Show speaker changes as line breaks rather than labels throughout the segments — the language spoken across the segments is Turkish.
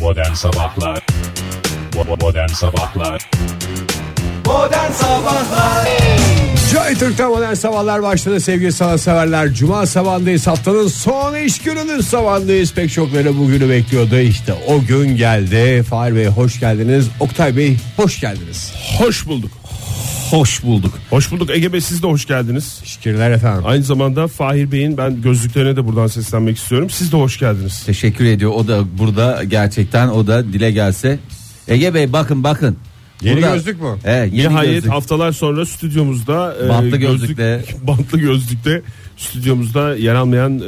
Modern Sabahlar Bo- Modern Sabahlar
Modern Sabahlar
Joy Türk'te modern sabahlar başladı sevgili sana severler. Cuma sabahındayız haftanın son iş gününün sabahındayız. Pek çokları bugünü bekliyordu işte o gün geldi. Fahir Bey hoş geldiniz. Oktay Bey hoş geldiniz.
Hoş bulduk.
Hoş bulduk.
Hoş bulduk Ege Bey siz de hoş geldiniz.
Teşekkürler efendim.
Aynı zamanda Fahir Bey'in ben gözlüklerine de buradan seslenmek istiyorum. Siz de hoş geldiniz.
Teşekkür ediyor o da burada gerçekten o da dile gelse Ege Bey bakın bakın
Yeni gözlük mü?
Evet yeni
Nihayet
gözlük
haftalar sonra stüdyomuzda e,
Bantlı gözlükle.
bantlı gözlükte stüdyomuzda yer almayan e,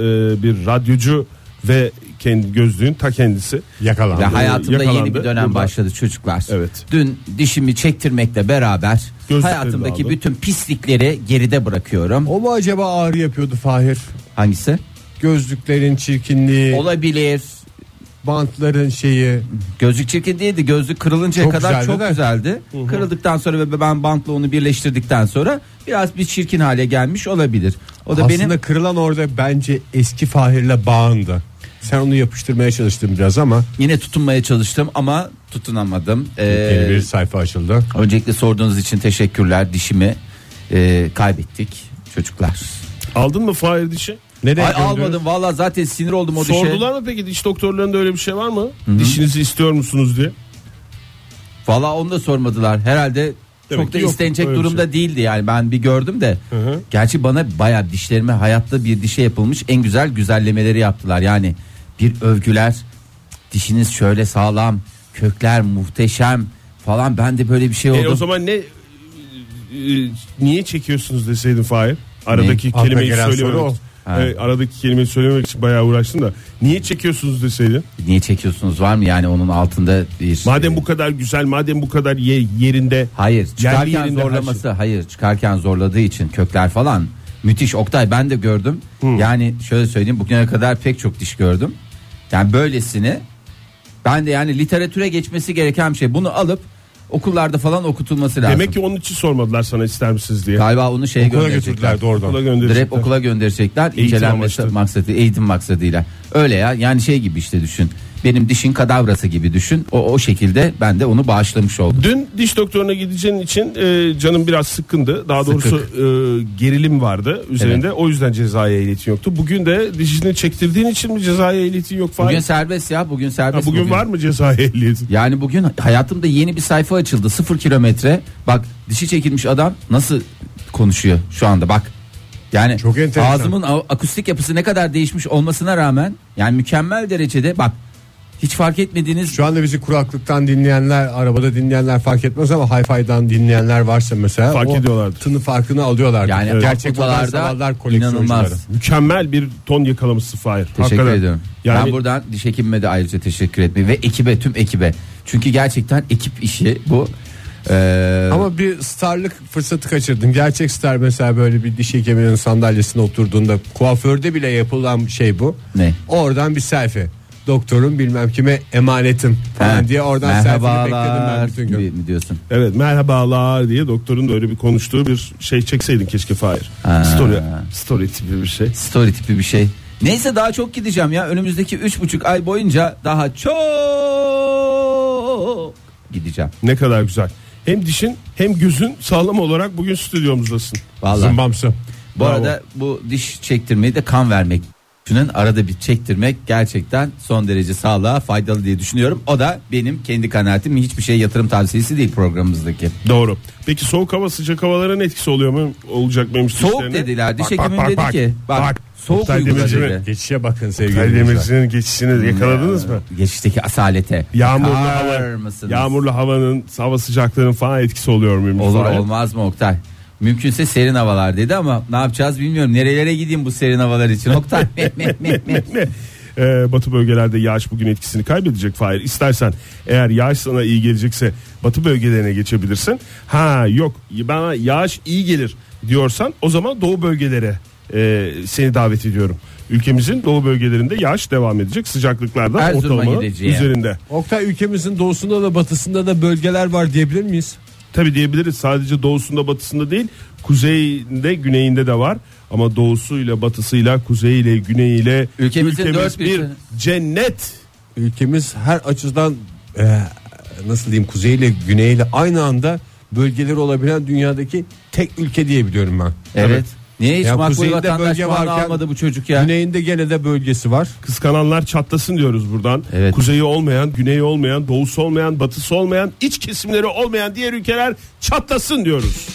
bir radyocu ve kendi gözlüğün ta kendisi.
Yakalandı.
Ve hayatımda
yakalandı.
yeni bir dönem
Burada.
başladı çocuklar
Evet.
Dün dişimi çektirmekle beraber
Gözlüklerini
hayatımdaki
aldı.
bütün pislikleri geride bırakıyorum
O mu acaba ağrı yapıyordu Fahir?
Hangisi?
Gözlüklerin çirkinliği,
Olabilir
bantların şeyi.
Gözlük çirkin değildi. Gözlük kırılıncaya
Çok
kadar
güzeldi
çok
de.
güzeldi. Kırıldıktan sonra ve ben bantla onu birleştirdikten sonra biraz bir çirkin hale gelmiş olabilir. O da
Aslında
benim
kırılan orada bence eski Fahir'le bağındı. Sen onu yapıştırmaya çalıştın biraz ama
yine tutunmaya çalıştım ama tutunamadım. Ee,
yeni bir sayfa açıldı.
Öncelikle sorduğunuz için teşekkürler. Dişimi e, kaybettik çocuklar.
Aldın mı Fahir dişi?
Nereye
Ay
gönderiyorsun?
almadım valla zaten sinir oldum o dişe.
Sordular mı peki diş doktorlarında öyle bir şey var mı? Dişinizi istiyor musunuz diye.
Valla onu da sormadılar. Herhalde
Demek
çok da
ki yok,
istenecek
öyle bir şey.
durumda değildi yani ben bir gördüm de. Gerçi bana bayağı dişlerime hayatta bir dişe yapılmış en güzel güzellemeleri yaptılar. Yani bir övgüler dişiniz şöyle sağlam kökler muhteşem falan ben de böyle bir şey
E,
oldum.
o zaman ne e, e, niye çekiyorsunuz deseydin Fahir? Aradaki
Aklına
kelimeyi
gelen soru
söylememek.
o.
Ha.
E, aradaki kelimeyi söylemek için bayağı uğraştım da. Niye çekiyorsunuz deseydin?
Niye çekiyorsunuz var mı yani onun altında bir...
Madem bu kadar güzel, madem bu kadar ye- yerinde.
Hayır çıkarken
yerinde her şey.
zorlaması hayır çıkarken zorladığı için kökler falan müthiş Oktay ben de gördüm yani şöyle söyleyeyim bugüne kadar pek çok diş gördüm yani böylesini ben de yani literatüre geçmesi gereken bir şey bunu alıp okullarda falan okutulması lazım
Demek ki onun için sormadılar sana ister misiniz diye.
galiba onu şeye
Okula
gönderecekler
götürdüler doğrudan.
Okula
direkt
gönderecekler.
okula gönderecekler
Eğitim
incelenmesi
amaçlı.
maksadı eğitim maksadıyla öyle ya yani şey gibi işte düşün benim dişin kadavrası gibi düşün o, o şekilde ben de onu bağışlamış oldum
Dün diş doktoruna gideceğin için e, canım biraz sıkkındı. Daha doğrusu
Sıkık.
e, gerilim vardı üzerinde. O yüzden cezaya ehliyetin yoktu. Bugün de dişini çektirdiğin için mi cezaya ehliyetin yok Fahir?
bugün serbest ya bugün
Ha,
serbest
bugün, var mı cezaya ehliyetin?
Yani bugün hayatımda yeni bir sayfa açıldı. Sıfır kilometre. Bak dişi çekilmiş adam nasıl konuşuyor şu anda bak. Yani
Çok enteresan.
ağzımın a- akustik yapısı ne kadar değişmiş olmasına rağmen yani mükemmel derecede bak hiç fark etmediğiniz
Şu anda bizi kuraklıktan dinleyenler, arabada dinleyenler fark etmez ama hi-fi'dan dinleyenler varsa mesela
Fark
o
ediyorlarlardır.
Tını farkını alıyorlar.
yani
gerçek modern sabahlar
aklılarda inanılmaz.
koleksiyoncuları.
Mükemmel bir ton yakalamışsın Fahir.
Teşekkür
Hakikaten.
ediyorum.
Yani
ben buradan diş hekimime de ayrıca teşekkür etmeyi ve ekibe tüm ekibe. Çünkü gerçekten ekip işi bu. Ee,
Ama bir starlık fırsatı kaçırdın. Gerçek star mesela böyle bir diş hekiminin sandalyesine oturduğunda kuaförde bile yapılan şey bu.
Ne?
Oradan bir selfie. Doktorum bilmem kime emanetim falan
ha,
diye oradan selfie'ni bekledim ben
merhabalar
bütün gün.
mi diyorsun?
Evet merhabalar diye doktorun da öyle bir konuştuğu bir şey çekseydin keşke Fahir.
Ha.
Story, story tipi bir şey.
Story tipi bir şey. Neyse daha çok gideceğim ya. Önümüzdeki üç buçuk ay boyunca daha çok gideceğim.
Ne kadar güzel. Hem dişin hem gözün sağlam olarak bugün stüdyomuzdasın.
Vallahi.
Zımbamsı.
Bu arada bu diş çektirmeyi de kan vermek. Şunun arada bir çektirmek gerçekten son derece sağlığa faydalı diye düşünüyorum. O da benim kendi kanaatim. Hiçbir şey yatırım tavsiyesi değil programımızdaki.
Doğru. Peki soğuk hava sıcak havaların etkisi oluyor mu? Olacak mıymış
Soğuk
dişlerine?
dediler. Diş
Bak, bak,
hekimim
bak,
dedi
bak.
ki bak,
Bak.
soğuk
Oktay
uygula
Demirci mi?
dedi.
Geçişe bakın sevgili dinleyiciler.
Karadeniz'in geçişini yakaladınız mı?
Ee, Geçişteki asalete.
Yağmurlu
Bakar
hava,
mısınız?
yağmurlu havanın, hava sıcaklığının falan etkisi oluyor muymuş?
Olur
Fahir?
olmaz mı Oktay? Mümkünse serin havalar dedi ama ne yapacağız bilmiyorum. Nerelere gideyim bu serin havalar için Oktay? Meh, meh, meh, meh.
Ne? Ee, batı bölgelerde yağış bugün etkisini kaybedecek Fahir. İstersen eğer yağış sana iyi gelecekse batı bölgelerine geçebilirsin. Ha yok bana yağış iyi gelir diyorsan o zaman doğu bölgelere e, seni davet ediyorum. Ülkemizin doğu bölgelerinde yağış devam edecek. Sıcaklıklar da
Erzurum'a
ortalamanın
gideceğim.
üzerinde.
Oktay ülkemizin doğusunda da batısında da bölgeler var diyebilir miyiz?
Tabi diyebiliriz sadece doğusunda batısında değil kuzeyinde güneyinde de var. Ama doğusuyla batısıyla kuzeyiyle güneyiyle
Ülkemizin dört
ülkemiz
bir-
bir cennet
ülkemiz her açıdan e, nasıl diyeyim kuzeyle güneyle aynı anda bölgeleri olabilen dünyadaki tek ülke diye biliyorum ben.
Evet. Niye hiç
Ya
makbul
kuzeyinde
vatandaş
bölge
puanı
varken
almadı bu çocuk ya?
Güneyinde gene de bölgesi var.
Kıskananlar çatlasın diyoruz buradan.
Evet.
Kuzeyi olmayan, güneyi olmayan, doğusu olmayan, batısı olmayan, iç kesimleri olmayan diğer ülkeler çatlasın diyoruz.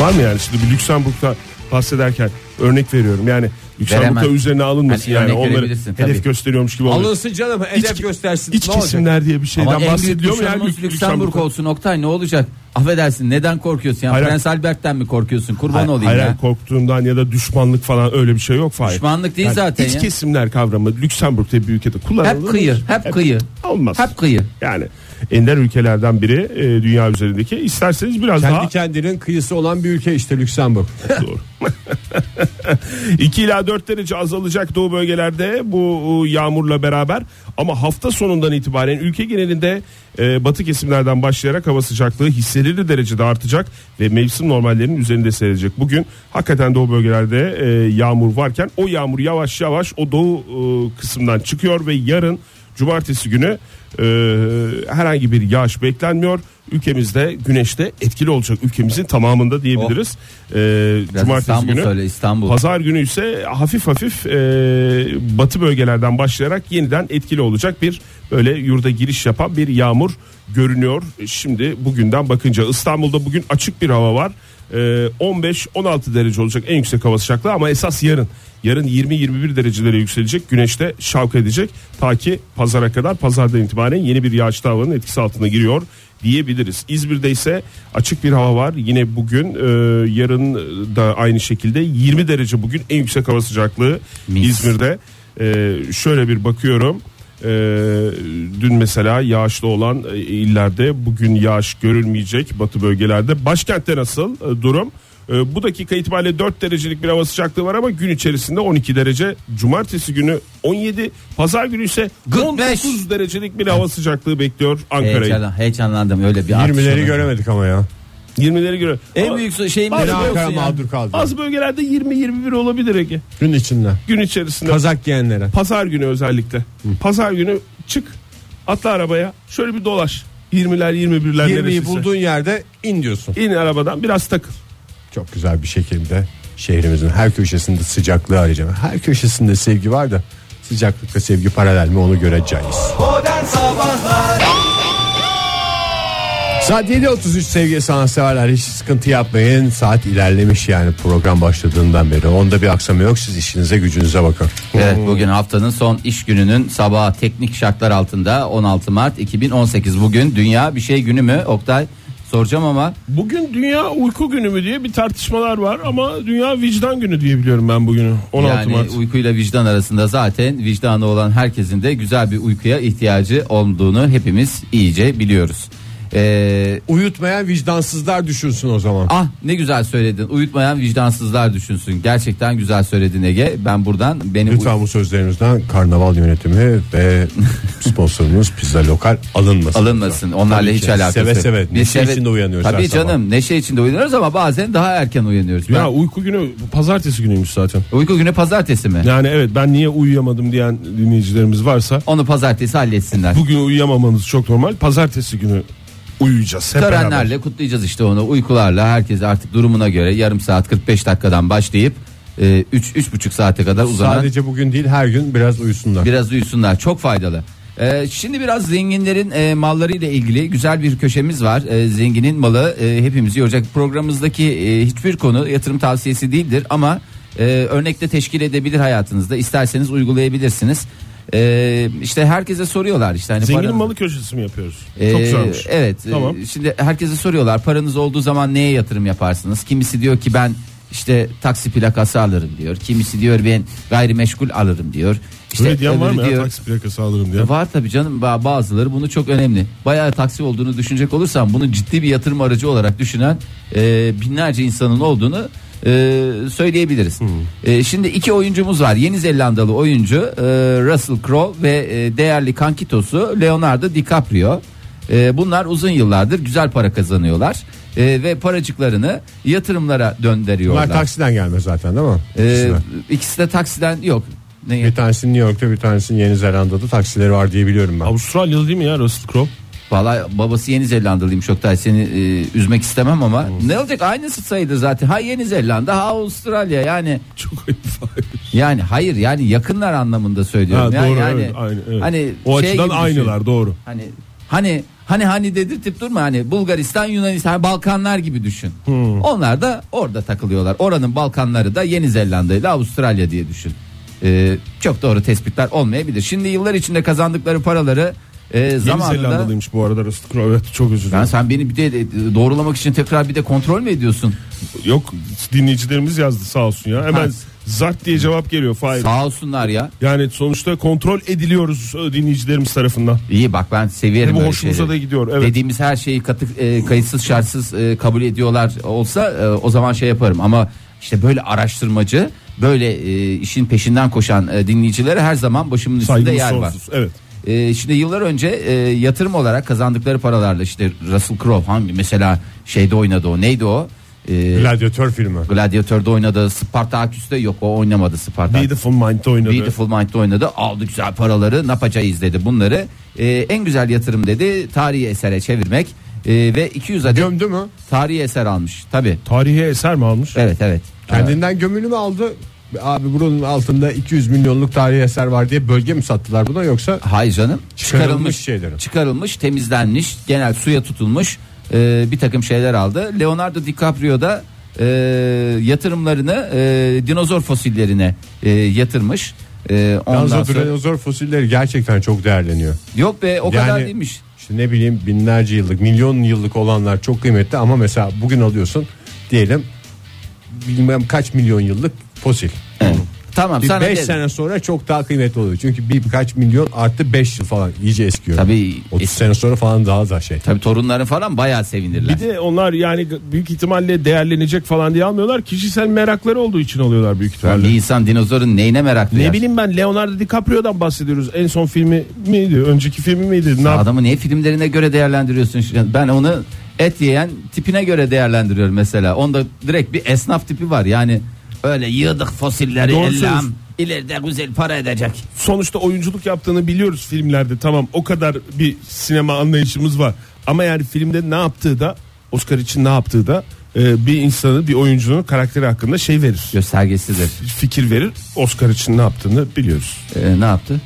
Var mı yani şimdi bir Lüksemburg'da bahsederken örnek veriyorum yani Lüksemburg'da
Veremem.
üzerine alınmasın
Hani
yani,
örnek
onları
verebilirsin
hedef
tabii.
gösteriyormuş gibi oluyor.
Alınsın canım edep
İç-
göstersin.
İç
Ne olacak?
kesimler diye bir
Ama
şeyden
en büyük
bahsediliyor mu yani
düşmanımız Lüksemburg olsun Oktay ne olacak? Affedersin neden korkuyorsun ya?
Hayır.
Prens Albert'ten mi korkuyorsun? Kurban
Hayır,
olayım
hayır,
ya.
korktuğundan ya da düşmanlık falan öyle bir şey yok. Hayır.
Düşmanlık değil zaten
iç
ya.
kesimler kavramı Lüksemburg'da bir ülkede kullanılır.
Hep kıyı,
mı?
hep kıyı.
Olmaz.
Hep kıyı.
Yani ender ülkelerden biri e, dünya üzerindeki. İsterseniz biraz
Kendi
daha
kendinin kıyısı olan bir ülke işte Lüksemburg.
doğru. 2 ila 4 derece azalacak doğu bölgelerde bu e, yağmurla beraber ama hafta sonundan itibaren ülke genelinde e, batı kesimlerden başlayarak hava sıcaklığı hissedilir derecede artacak ve mevsim normallerinin üzerinde seyredecek. Bugün hakikaten doğu bölgelerde e, yağmur varken o yağmur yavaş yavaş o doğu e, kısımdan çıkıyor ve yarın cumartesi günü e, herhangi bir yağış beklenmiyor. Ülkemizde güneşte etkili olacak ülkemizin tamamında diyebiliriz. E,
Oh. Biraz
cumartesi
İstanbul
günü.
söyle İstanbul.
Pazar günü ise hafif hafif e, batı bölgelerden başlayarak yeniden etkili olacak bir böyle yurda giriş yapan bir yağmur görünüyor. Şimdi bugünden bakınca İstanbul'da bugün açık bir hava var. E, 15-16 derece olacak en yüksek hava sıcaklığı ama esas yarın. Yarın 20-21 derecelere yükselecek güneşte şavk edecek ta ki pazara kadar pazardan itibaren yeni bir yağışlı havanın etkisi altına giriyor diyebiliriz. İzmir'de ise açık bir hava var. Yine bugün e, yarın da aynı şekilde 20 derece bugün en yüksek hava sıcaklığı
Mis.
İzmir'de. E, şöyle bir bakıyorum. E, dün mesela yağışlı olan e, illerde bugün yağış görülmeyecek batı bölgelerde. Başkentte nasıl e, durum? E, bu dakika itibariyle 4 derecelik bir hava sıcaklığı var ama gün içerisinde 12 derece. Cumartesi günü 17, pazar günü ise
Good
19 derecelik bir hava sıcaklığı bekliyor Ankara'yı.
Heyecanlan- heyecanlandım öyle bir artış
20'leri
olur.
göremedik ama ya.
20'leri göre.
En
Ama
büyük şeyim
Bazı
Yine
ne
Biliyorsun
Ankara
olsun ya?
mağdur kaldı.
Bazı bölgelerde 20-21 olabilir Ege.
Gün içinde.
Gün içerisinde.
Kazak giyenlere.
Pazar günü özellikle. Pazar günü çık atla arabaya şöyle bir dolaş. 20'ler 21'ler
20'yi
neresiyse.
bulduğun yerde in diyorsun.
İn arabadan biraz takıl.
Çok güzel bir şekilde şehrimizin her köşesinde sıcaklığı arayacağım. Her köşesinde sevgi var da sıcaklıkla sevgi paralel mi onu göreceğiz. Saat 7.33 sevgili sanatseverler hiç sıkıntı yapmayın. Saat ilerlemiş yani program başladığından beri. Onda bir aksama yok siz işinize gücünüze bakın.
Evet
Hmm.
bugün haftanın son iş gününün sabahı teknik şartlar altında 16 Mart 2018 bugün dünya bir şey günü mü Oktay soracağım ama
Bugün dünya uyku günü mü diye bir tartışmalar var ama dünya vicdan günü diye biliyorum ben bugünü. 16
yani
Mart.
uykuyla vicdan arasında zaten vicdanı olan herkesin de güzel bir uykuya ihtiyacı olduğunu hepimiz iyice biliyoruz. Ee,
Uyutmayan vicdansızlar düşünsün o zaman.
ah ne güzel söyledin uyutmayan vicdansızlar düşünsün gerçekten güzel söyledin Ege ben buradan benim
Lütfen bu sözlerimizden karnaval yönetimi ve sponsorumuz Pizza Lokal alınmasın.
alınmasın. Onlarla
Tabii
hiç
ki.
alakası
Seve
yok.
seve,
Biz
neşe içinde uyanıyoruz her
Tabii
sabah.
canım neşe içinde uyanıyoruz ama bazen daha erken uyanıyoruz.
Ya
Ben-
uyku günü pazartesi günüymüş zaten.
uyku günü pazartesi mi?
Yani evet ben niye uyuyamadım diyen dinleyicilerimiz varsa
Onu pazartesi halletsinler.
bugün uyuyamamanız çok normal. Pazartesi günü uyuyacağız hep beraber.
Törenlerle kutlayacağız işte onu uykularla herkes artık durumuna göre yarım saat 45 dakikadan başlayıp 3 üç buçuk saate kadar uzanan
Sadece bugün değil her gün biraz uyusunlar.
biraz uyusunlar çok faydalı. Ee, şimdi biraz zenginlerin e, mallarıyla ilgili güzel bir köşemiz var. Ee, zenginin malı e, hepimizi yoracak. Programımızdaki e, hiçbir konu yatırım tavsiyesi değildir ama e, örnekte teşkil edebilir hayatınızda. İsterseniz uygulayabilirsiniz. Ee, işte herkese soruyorlar işte hani
Zenginin
paranız-
malı köşesi mi yapıyoruz?
Ee,
Çok güzelmiş.
Evet.
Tamam.
Ee, Şimdi herkese soruyorlar paranız olduğu zaman neye yatırım yaparsınız? Kimisi diyor ki ben işte taksi plakası alırım diyor. Kimisi diyor ben gayrimeşgul alırım diyor. İşte
Öyle diyen var
öbürü
mı ya
diyor-
taksi plakası alırım diye.
E, Var tabii canım ba- bazıları bunu çok önemli. Bayağı taksi olduğunu düşünecek olursam bunu ciddi bir yatırım aracı olarak düşünen e, binlerce insanın olduğunu e, söyleyebiliriz. E, şimdi iki oyuncumuz var. Yeni Zelandalı oyuncu e, Russell Crowe ve e, değerli kankitosu Leonardo DiCaprio. E, bunlar uzun yıllardır güzel para kazanıyorlar E, ve paracıklarını yatırımlara döndürüyorlar.
Bunlar taksiden gelme zaten değil mi?
Ee,
İkisine.
ikisi de taksiden yok. Neyi?
Bir tanesi New York'ta bir tanesi Yeni Zelanda'da taksileri var diye biliyorum ben.
Avustralyalı değil mi ya Russell Crowe?
Vallahi babası Yeni Zelandalıymış Oktay seni e, üzmek istemem ama ne olacak aynısı sayılır zaten. Ha Yeni Zelanda ha Avustralya yani
Çok ayıp. Fahir.
yani hayır yani yakınlar anlamında söylüyorum.
Ha,
yani,
doğru
yani
evet, aynı, evet.
hani
o
şey
açıdan
gibi
aynılar
düşün.
doğru.
Hani hani hani hani dedirtip durma hani Bulgaristan Yunanistan hani Balkanlar gibi düşün. Onlar da orada takılıyorlar. Oranın Balkanları da Yeni Zelanda ile Avustralya diye düşün. Ee, çok doğru tespitler olmayabilir. Şimdi yıllar içinde kazandıkları paraları e, zamanında
Yeni Zelandalıymış bu arada Russell Crowe. Evet çok özür
Ben
dilerim.
sen beni bir de e, doğrulamak için tekrar bir de kontrol mü ediyorsun?
Yok dinleyicilerimiz yazdı sağ olsun ya. Hemen
Ha.
zart diye cevap geliyor Fahir.
Sağ olsunlar ya.
Yani sonuçta kontrol ediliyoruz e, dinleyicilerimiz tarafından.
İyi bak ben seviyorum
Bu
böyle
hoşumuza
şeyleri.
da gidiyor, evet.
Dediğimiz her şeyi katı, e, kayıtsız şartsız e, kabul ediyorlar olsa e, o zaman şey yaparım ama işte böyle araştırmacı böyle e, işin peşinden koşan e, dinleyicilere her zaman başımın üstünde
Saygımız
yer var.
sonsuz. Evet.
Ee, şimdi yıllar önce e, yatırım olarak kazandıkları paralarla işte Russell Crowe hangi mesela şeyde oynadı o neydi o? Ee,
Gladyatör filmi.
Gladyatör'de oynadı. Spartaküs'te yok o oynamadı Spartaküs.
Beautiful Mind'de oynadı.
Beautiful Mind'de oynadı. Aldı güzel paraları. Napaca izledi bunları. Ee, en güzel yatırım dedi tarihi esere çevirmek. Ee, ve 200 adet
Gömdü mü?
tarihi eser almış. Tabi.
Tarihi eser mi almış?
Evet evet.
Kendinden gömülü mü aldı? Abi buranın altında 200 milyonluk tarihi eser var diye bölge mi sattılar buna yoksa
Hay Ee, canım.
Çıkarılmış
Çıkarılmış,
şeyleri.
Çıkarılmış, temizlenmiş, genel suya tutulmuş e, bir takım şeyler aldı. Leonardo DiCaprio da e, yatırımlarını e, dinozor fosillerine e, yatırmış. E, ondan
Yalnız
sonra-
dinozor fosilleri gerçekten çok değerleniyor.
Yok be o kadar
Yani-
değilmiş.
İşte ne bileyim binlerce yıllık, milyon yıllık olanlar çok kıymetli ama mesela bugün alıyorsun diyelim bilmem kaç milyon yıllık fosil.
Evet. Tamam
Bir
sana
5
dedim.
sene sonra çok daha kıymetli oluyor. Çünkü birkaç milyon artı 5 yıl falan iyice eskiyor.
Tabii
30
es-
sene sonra falan daha da şey.
Tabii torunların falan bayağı sevinirler.
Bir de onlar yani büyük ihtimalle değerlenecek falan diye almıyorlar. Kişisel merakları olduğu için alıyorlar büyük
Yani
ihtimalle.
bir insan dinozorun neyine merak duyar?
Ne bileyim ben Leonardo DiCaprio'dan bahsediyoruz. En son filmi miydi? Önceki filmi miydi? Ne yap-
Adamı niye filmlerine göre değerlendiriyorsun? Şimdi Ben onu et yiyen tipine göre değerlendiriyorum mesela. Onda direkt bir esnaf tipi var. Yani öyle yığdık fosilleri
Doğru
ellam
söylüyorsun.
ileride güzel para edecek.
Sonuçta oyunculuk yaptığını biliyoruz filmlerde. Tamam o kadar bir sinema anlayışımız var. Ama yani filmde ne yaptığı da Oscar için ne yaptığı da e, bir insanı bir oyuncunun karakteri hakkında şey verir.
Göstergesidir.
Fikir verir. Oscar için ne yaptığını biliyoruz.
Ee, ne yaptı?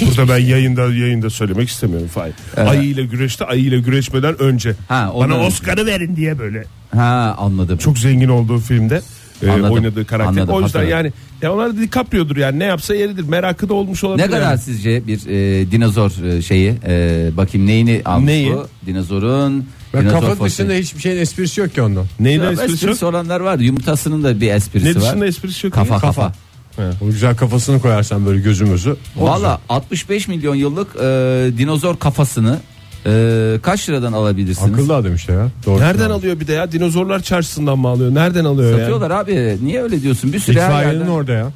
Burada ben yayında yayında söylemek istemiyorum Fahir.
Evet.
Ayı ile güreşte ayı ile güreşmeden önce.
Ha, ondan
bana
önce.
Oscar'ı verin diye böyle.
Ha anladım.
Çok zengin olduğu filmde e,
Anladım,
oynadığı karakter.
anladım,
o yüzden
hatırladım.
yani Leonardo DiCaprio'dur yani ne yapsa yeridir. Merakı da olmuş olabilir.
ne kadar
yani.
sizce bir e, dinozor e, şeyi e, bakayım neyini almış
Neyi?
bu? Dinozorun
Ben
dinozor
kafa
fosili.
dışında hiçbir şeyin esprisi yok ki ondan.
Neyle
Ya,
esprisi yok?
esprisi olanlar var. Yumurtasının da bir esprisi
Ne
var.
dışında esprisi yok?
Kafa
ya?
kafa.
O güzel kafasını koyarsan böyle gözümüzü. o
Valla 65 milyon yıllık e, dinozor kafasını e, kaç liradan
güzel.
alabilirsiniz?
Akıllı adam işte ya. Doğru.
Nereden alıyor bir de ya? Dinozorlar çarşısından mı alıyor? Nereden alıyor ya?
Satıyorlar abi. Niye öyle diyorsun? Bir sürü her
İtfaiyenin
yerden.
orada ya.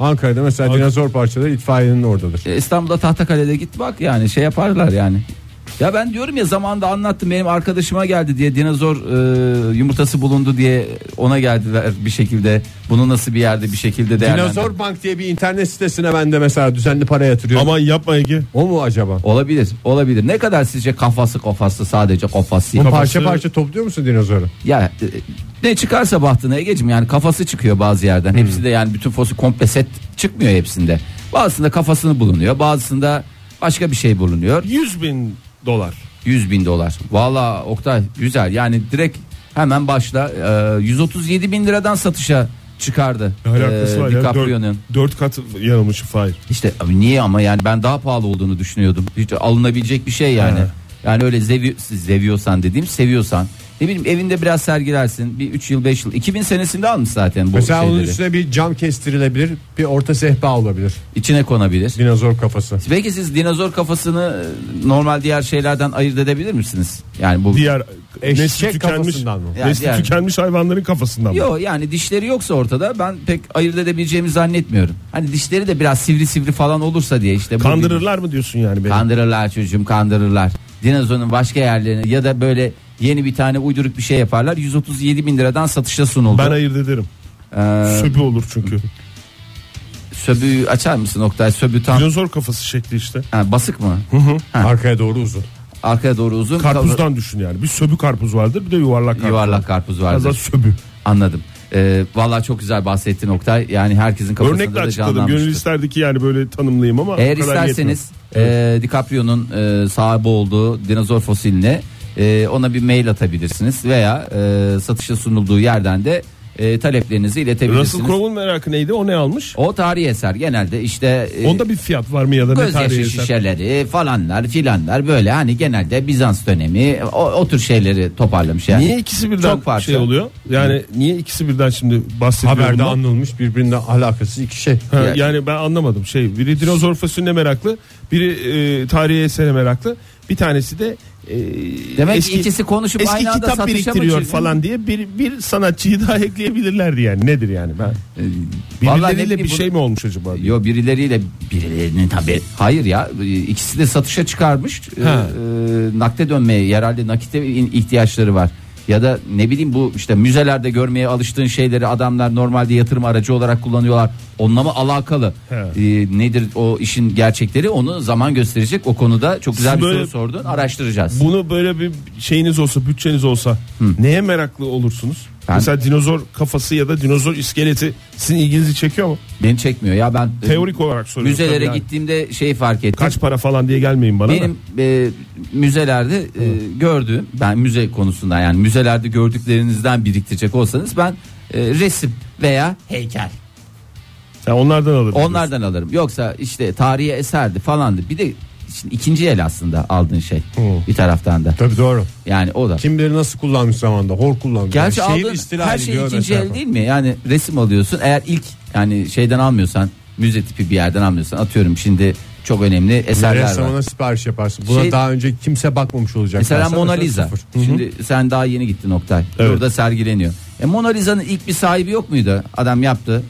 Ankara'da mesela
Ank-
dinozor parçaları itfaiyenin oradadır.
E, İstanbul'da Tahtakale'de git bak yani şey yaparlar yani. Ya ben diyorum ya zamanda anlattım benim arkadaşıma geldi diye dinozor e, yumurtası bulundu diye ona geldiler bir şekilde. Bunu nasıl bir yerde bir şekilde değerlendir.
Dinozor Bank diye bir internet sitesine ben de mesela düzenli para yatırıyorum.
Aman yapma Ege.
o mu acaba?
Olabilir olabilir. Ne kadar sizce kafası kafası sadece kafası.
O
Kafası-
parça parça topluyor musun dinozoru?
Ya e, ne çıkarsa bahtına Ege'cim yani kafası çıkıyor bazı yerden.
Hmm.
Hepsi de yani bütün fosil komple set çıkmıyor hepsinde. Bazısında kafasını bulunuyor. Bazısında başka bir şey bulunuyor.
100 bin dolar.
100 bin dolar. Valla Oktay güzel yani direkt hemen başla. E, 137 bin liradan satışa çıkardı.
Ne alakası
e,
var ya?
DiCaprio'nun.
4, kat yanılmış Fahir.
İşte abi niye ama yani ben daha pahalı olduğunu düşünüyordum. Hiç alınabilecek bir şey yani.
He.
Yani öyle zevi, seviyorsan dediğim seviyorsan. Ne bileyim evinde biraz sergilersin. Bir 3 yıl 5 yıl. 2000 senesinde almış zaten bu
Mesela onun
şeyleri.
üstüne bir cam kestirilebilir, bir orta sehpa olabilir.
İçine konabilir.
Dinozor kafası.
Belki siz dinozor kafasını e, normal diğer şeylerden ayırt edebilir misiniz? Yani bu
Diğer
Eşek
nesli tükenmiş,
kafasından mı?
Yani
nesli
diğer-
tükenmiş hayvanların kafasından mı?
Yok yani dişleri yoksa ortada ben pek ayırt edebileceğimi zannetmiyorum. Hani dişleri de biraz sivri sivri falan olursa diye işte. bu-
Kandırırlar mı diyorsun yani beni?
Kandırırlar çocuğum kandırırlar. Dinozorun başka yerlerine ya da böyle yeni bir tane uyduruk bir şey yaparlar. 137 bin liradan satışa sunuldu.
ben ayırt ederim.
Ee,
Söbü olur çünkü.
söbüğü açar mısın Oktay? Söbüğü tam
Dinozor kafası şekli işte.
Ha, basık mı?
Arkaya doğru uzun.
Arkaya doğru uzun.
Karpuzdan düşün yani. Bir söbü karpuz vardır bir de yuvarlak karpuz.
Yuvarlak karpuz vardır.
Biraz da söbü.
Anladım. Ee, vallahi çok güzel bahsettin Oktay. Yani herkesin kafasında
Örnekle
da
açıkladım.
canlanmıştır.
Gönül isterdi ki yani böyle tanımlayayım ama.
Eğer
o kadar
isterseniz
yetmiyor.
e, DiCaprio'nun e, sahibi olduğu dinozor fosiline e, ona bir mail atabilirsiniz veya e, satışa sunulduğu yerden de e, taleplerinizi
Russell
iletebilirsiniz.
Crowe'un merakı neydi? O ne almış?
O tarihi eser genelde işte e,
Onda bir fiyat var mı ya da ne tarihi
gözyaşı
eser?
şişeleri falanlar filanlar böyle hani genelde Bizans dönemi o, o tür şeyleri toparlamış yani.
Niye ikisi birden
Çok parça.
şey oluyor? Yani niye ikisi birden şimdi bahsediyor
Haberde
bundan?
anılmış birbirinden alakasız iki şey.
Ha,
Yani-
yani ben anlamadım. Şey biri dinozor fasulyesine meraklı, biri e, tarihi esere meraklı. Bir tanesi de e,
Demek ki ikisi konuşup
eski
aynı anda
kitap
satışa mı
biriktiriyor
çıktı?
falan diye bir bir sanatçıyı daha ekleyebilirlerdi yani. Nedir yani ben?
E, vallahi ne
Birileriyle bir
bileyim
şey
bunu-
mi olmuş acaba? diye.
Yo birileriyle birilerinin tabi hayır ya e, ikisi de satışa çıkarmış E,
Ha.
e, nakde dönmeye herhalde nakite in- ihtiyaçları var ya da ne bileyim bu işte müzelerde görmeye alıştığın şeyleri adamlar normalde yatırım aracı olarak kullanıyorlar onunla mı alakalı
He.
E, nedir o işin gerçekleri onu zaman gösterecek o konuda çok güzel
Siz
bir
böyle-
soru sordun araştıracağız
Bunu böyle bir şeyiniz olsa, bütçeniz olsa neye meraklı olursunuz?
Ben-
Mesela dinozor kafası ya da dinozor iskeleti sizin ilginizi çekiyor mu?
beni çekmiyor ya ben e,
Teorik olarak soruyorum.
müzelere
tabii yani.
gittiğimde şey fark ettim
Kaç para falan diye gelmeyin bana. da.
Benim e, müzelerde e, gördüğüm ben müze konusunda yani müzelerde gördüklerinizden biriktirecek olsanız ben e, resim veya heykel
Sen onlardan alırım.
onlardan alırım. Yoksa işte tarihi eserdi falandı. Bir de şimdi ikinci el aslında aldığın şey bir taraftan da.
Tabii doğru.
Yani o da.
Kim bilir nasıl kullanmış zamanda. Hor kullanmış.
Gerçi
Yani şehir
aldığın
istila
her şey
ediliyor
ikinci
mesela.
el değil mi? Yani resim alıyorsun. Eğer ilk yani şeyden almıyorsan müze tipi bir yerden almıyorsan atıyorum şimdi çok önemli eserler var.
Ressamına sipariş yaparsın. Buna
Şey-
daha önce kimse bakmamış olacak.
Mesela
Dersen
E, Mona Lisa.
sıfır.
Şimdi sen daha yeni gittin Oktay.
Evet.
Burada sergileniyor. E Mona Lisa'nın ilk bir sahibi yok muydu? Adam yaptı.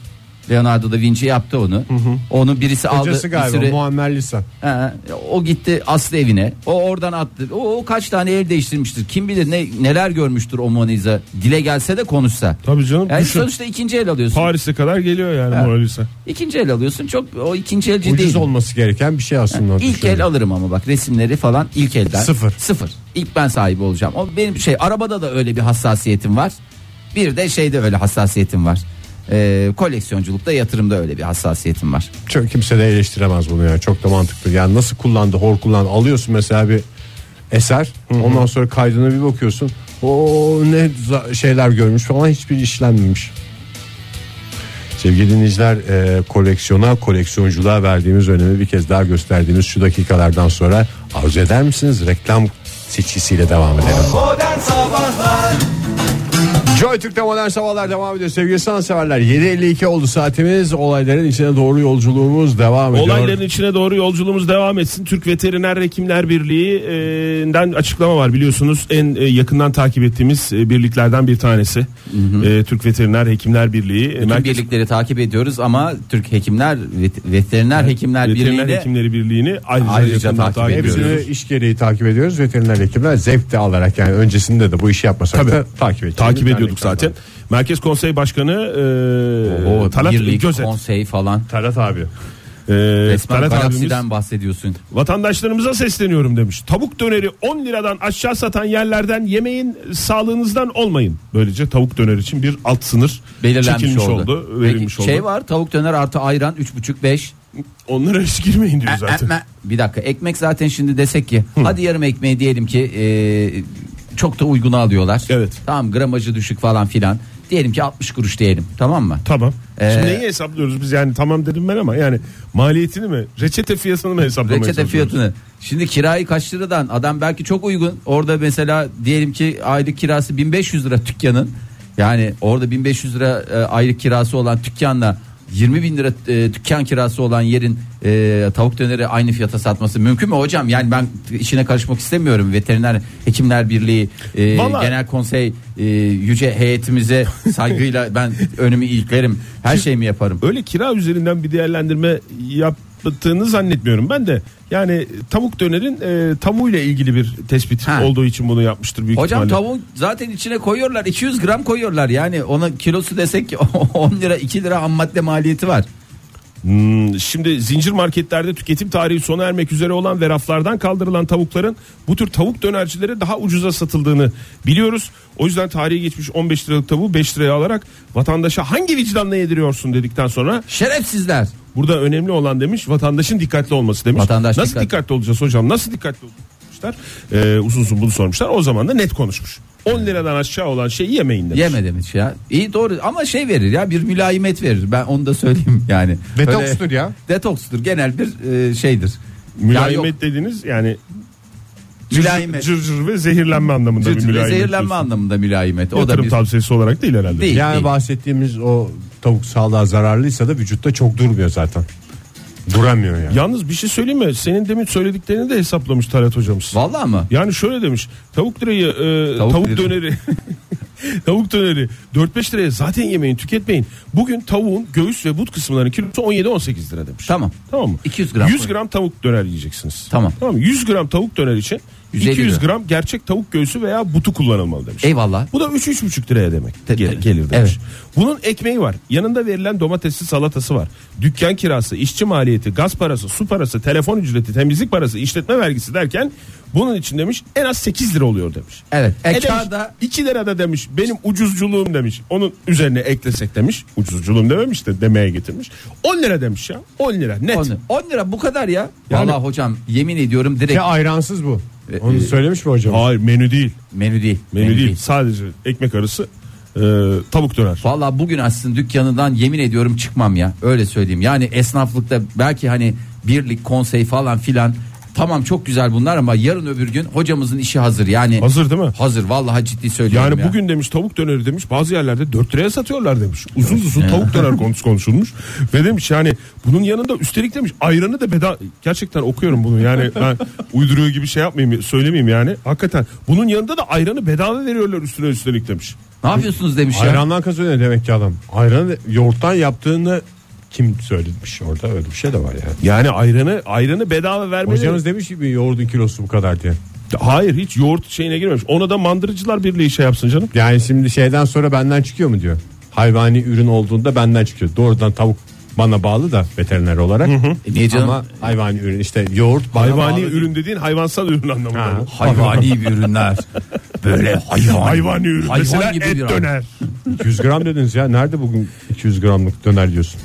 Leonardo da Vinci yaptı onu. Onu birisi aldı.
Kocası
bir
galiba
süre-
Muammer Lisa.
Ha, o gitti aslı evine. O oradan attı. O, o kaç tane el değiştirmiştir. Kim bilir ne neler görmüştür o Mona Lisa. Dile gelse de konuşsa.
Tabii canım.
Yani
düşün.
sonuçta ikinci el alıyorsun.
Paris'e kadar geliyor yani
Evet.
Mona Lisa.
İkinci el alıyorsun. Çok o ikinci elci
Ucuz
değil.
olması gereken bir şey aslında.
İlk el alırım ama bak resimleri falan ilk elden.
Sıfır.
Sıfır. İlk ben sahibi olacağım. O benim şey arabada da öyle bir hassasiyetim var. Bir de şeyde öyle hassasiyetim var. Ee, koleksiyonculukta yatırımda öyle bir hassasiyetim var.
Çok kimse de eleştiremez bunu ya. Çok da mantıklı. Yani nasıl kullandı, hor kullandı. Alıyorsun mesela bir eser. Ondan sonra kaydına bir bakıyorsun. O ne za- şeyler görmüş falan hiçbir işlenmemiş. Sevgili dinleyiciler e, koleksiyona koleksiyonculuğa verdiğimiz önemi bir kez daha gösterdiğimiz şu dakikalardan sonra arzu eder misiniz? Reklam seçkisiyle devam edelim. Joy Türk'te modern sabahlar devam ediyor sevgili sanatseverler. 7.52 oldu saatimiz olayların içine doğru yolculuğumuz devam ediyor.
Olayların içine doğru yolculuğumuz devam etsin. Türk Veteriner Hekimler Birliği'nden açıklama var biliyorsunuz. En e, yakından takip ettiğimiz e, birliklerden bir tanesi. E, Türk Veteriner Hekimler Birliği. E,
Tüm
Merkez-
birlikleri takip ediyoruz ama Türk Hekimler Vet- Veteriner Hekimler
Veteriner
Birliği'yle
Hekimleri Birliği'ni ayrıca,
Ayrıca
yakından takip,
takip
ediyoruz.
Hepsini iş gereği takip ediyoruz. Veteriner hekimler zevk de alarak yani öncesinde de bu işi yapmasak da takip ediyoruz.
Takip ediyorduk zaten. Merkez Konsey Başkanı e,
o
Talat
birlik,
Gözet.
konsey falan.
Tarat abi.
E,
Resmen
Talat abimiz-
galaksiden bahsediyorsun.
Vatandaşlarımıza sesleniyorum demiş. Tavuk döneri 10 liradan aşağı satan yerlerden yemeyin sağlığınızdan olmayın. Böylece tavuk döner için bir alt sınır
Belirlenmiş
çekilmiş
oldu.
oldu. verilmiş
Peki,
oldu.
Şey var tavuk döner artı ayran 3,5 5.
Onlara hiç girmeyin diyor
E-
zaten.
ekme- Bir dakika ekmek zaten şimdi desek ki hadi yarım ekmeği diyelim ki e, çok da uyguna alıyorlar.
Evet.
Tamam gramajı düşük falan filan. Diyelim ki 60 kuruş diyelim tamam mı?
Tamam.
Ee,
Şimdi neyi hesaplıyoruz biz yani tamam dedim ben ama yani maliyetini mi reçete fiyatını mı hesaplamaya
Reçete
çalışıyoruz?
fiyatını. Şimdi kirayı kaç liradan adam belki çok uygun. Orada mesela diyelim ki aylık kirası 1500 lira dükkanın. Yani orada 1500 lira e, aylık kirası olan dükkanla 20 bin lira e, dükkan kirası olan yerin e, tavuk döneri aynı fiyata satması mümkün mü hocam? Yani ben işine karışmak istemiyorum. Veteriner Hekimler Birliği e,
Vallahi-
Genel Konsey e, yüce heyetimize saygıyla ben önümü ilklerim. Her şeyimi yaparım.
Öyle kira üzerinden bir değerlendirme yaptığını zannetmiyorum ben de. Yani tavuk dönerin e, tavuğuyla ilgili bir tespit
Ha.
olduğu için bunu yapmıştır büyük
Hocam
ihtimalle.
tavuğun zaten içine koyuyorlar 200 gram koyuyorlar yani ona kilosu desek ki 10 lira 2 lira ham madde maliyeti var.
Hmm, şimdi zincir marketlerde tüketim tarihi sona ermek üzere olan ve raflardan kaldırılan tavukların bu tür tavuk dönercilere daha ucuza satıldığını biliyoruz. O yüzden tarihi geçmiş 15 liralık tavuğu 5 liraya alarak vatandaşa hangi vicdanla yediriyorsun dedikten sonra
Şerefsizler.
Burada önemli olan demiş vatandaşın dikkatli olması demiş.
Vatandaş
nasıl
dikkatli.
dikkatli olacağız hocam nasıl dikkatli olacağız? Ee, uzun uzun bunu sormuşlar. O zaman da net konuşmuş. 10 liradan aşağı olan şeyi yemeyin demiş.
Yeme demiş ya. İyi doğru ama şey verir ya bir mülayimet verir. Ben onu da söyleyeyim yani.
Detokstur
Öyle-
ya.
Detokstur genel bir e, şeydir.
mülayimet
Ya yok,
dediğiniz yani cır,
mülayimet.
cır cır ve zehirlenme anlamında
Cır
bir
cır ve
mülayimet.
zehirlenme
diyorsun.
anlamında mülayimet. O da
Yatırım
bir
tavsiyesi olarak değil herhalde.
Değil.
Yani bahsettiğimiz o tavuk sağlığa zararlıysa da vücutta çok durmuyor zaten. Duramıyor yani.
Yalnız bir şey söyleyeyim mi? Senin demin söylediklerini de hesaplamış Talat hocamız.
Vallahi mı?
Yani şöyle demiş. Tavuk lirayı, e,
Tavuk
tavuk,
lirayı.
döneri tavuk döneri 4-5 liraya zaten yemeyin, tüketmeyin. Bugün tavuğun göğüs ve but kısımlarının kilosu 17-18 lira demiş.
Tamam.
Tamam mı?
200 gram
100
koyun.
gram tavuk döner yiyeceksiniz.
Tamam.
Tamam. mı? 100 gram tavuk döner için
150
200
lira.
gram gerçek tavuk göğsü veya butu kullanılmalı demiş.
Eyvallah.
Bu da 3-3,5 liraya demek.
Te-
Gel-
te-
gelir demiş.
evet.
Bunun ekmeği var. Yanında verilen domatesli salatası var. Dükkan kirası, işçi maliyeti, gaz parası, su parası, telefon ücreti, temizlik parası, işletme vergisi derken bunun için demiş en az 8 lira oluyor demiş.
Evet. E,
demiş,
kağıda-
2 lira da demiş benim ucuzculuğum demiş. Onun üzerine eklesek demiş. Ucuzculuğum dememiş de demeye getirmiş. 10 lira demiş ya. 10 lira net.
10 lira, 10 lira bu kadar ya.
Yani-
Vallahi hocam yemin ediyorum direkt
Ya ayransız bu. Onu
e,
söylemiş mi hocam?
Hayır menü değil.
menü değil.
Menü, değil. Sadece ekmek arası e, tavuk döner.
Valla bugün aslında dükkanından yemin ediyorum çıkmam ya. Öyle söyleyeyim. Yani esnaflıkta belki hani birlik, konsey falan filan tamam çok güzel bunlar ama yarın öbür gün hocamızın işi hazır. Yani
Hazır değil mi?
hazır vallahi ciddi söylüyorum.
Yani
ya.
bugün demiş tavuk döneri demiş bazı yerlerde 4 liraya satıyorlar demiş. Uzun uzun tavuk döner konusu konuşulmuş. Ve demiş yani bunun yanında üstelik demiş ayranı da bedava. Gerçekten okuyorum bunu yani ben uyduruyor gibi şey yapmayayım söylemeyeyim yani. Hakikaten bunun yanında da ayranı bedava veriyorlar üstüne üstelik demiş.
ne yapıyorsunuz demiş ya.
Ayrandan kazanıyor demek ki adam. Ayranı yoğurttan yaptığını kim söylemiş orada öyle bir şey de var yani.
Yani ayranı ayranı bedava vermeleri.
Hocanız demiş gibi yoğurdun kilosu bu kadar diye.
Hayır hiç yoğurt şeyine girmemiş. Ona da mandırıcılar birliği şey yapsın canım.
Yani şimdi şeyden sonra benden çıkıyor mu diyor. Hayvani ürün olduğunda benden çıkıyor. Doğrudan tavuk bana bağlı da veteriner olarak.
E niye canım?
Ama hayvani ürün işte yoğurt bana
Hayvani
bağlı.
ürün dediğin hayvansal ürün anlamında.
Ha.
Hayvani bir ürünler. Böyle hayvan.
Hayvani ürün.
Hayvan
Mesela
gibi
et
bir
döner.
200 gram dediniz ya. Nerede bugün 200 gramlık döner diyorsun?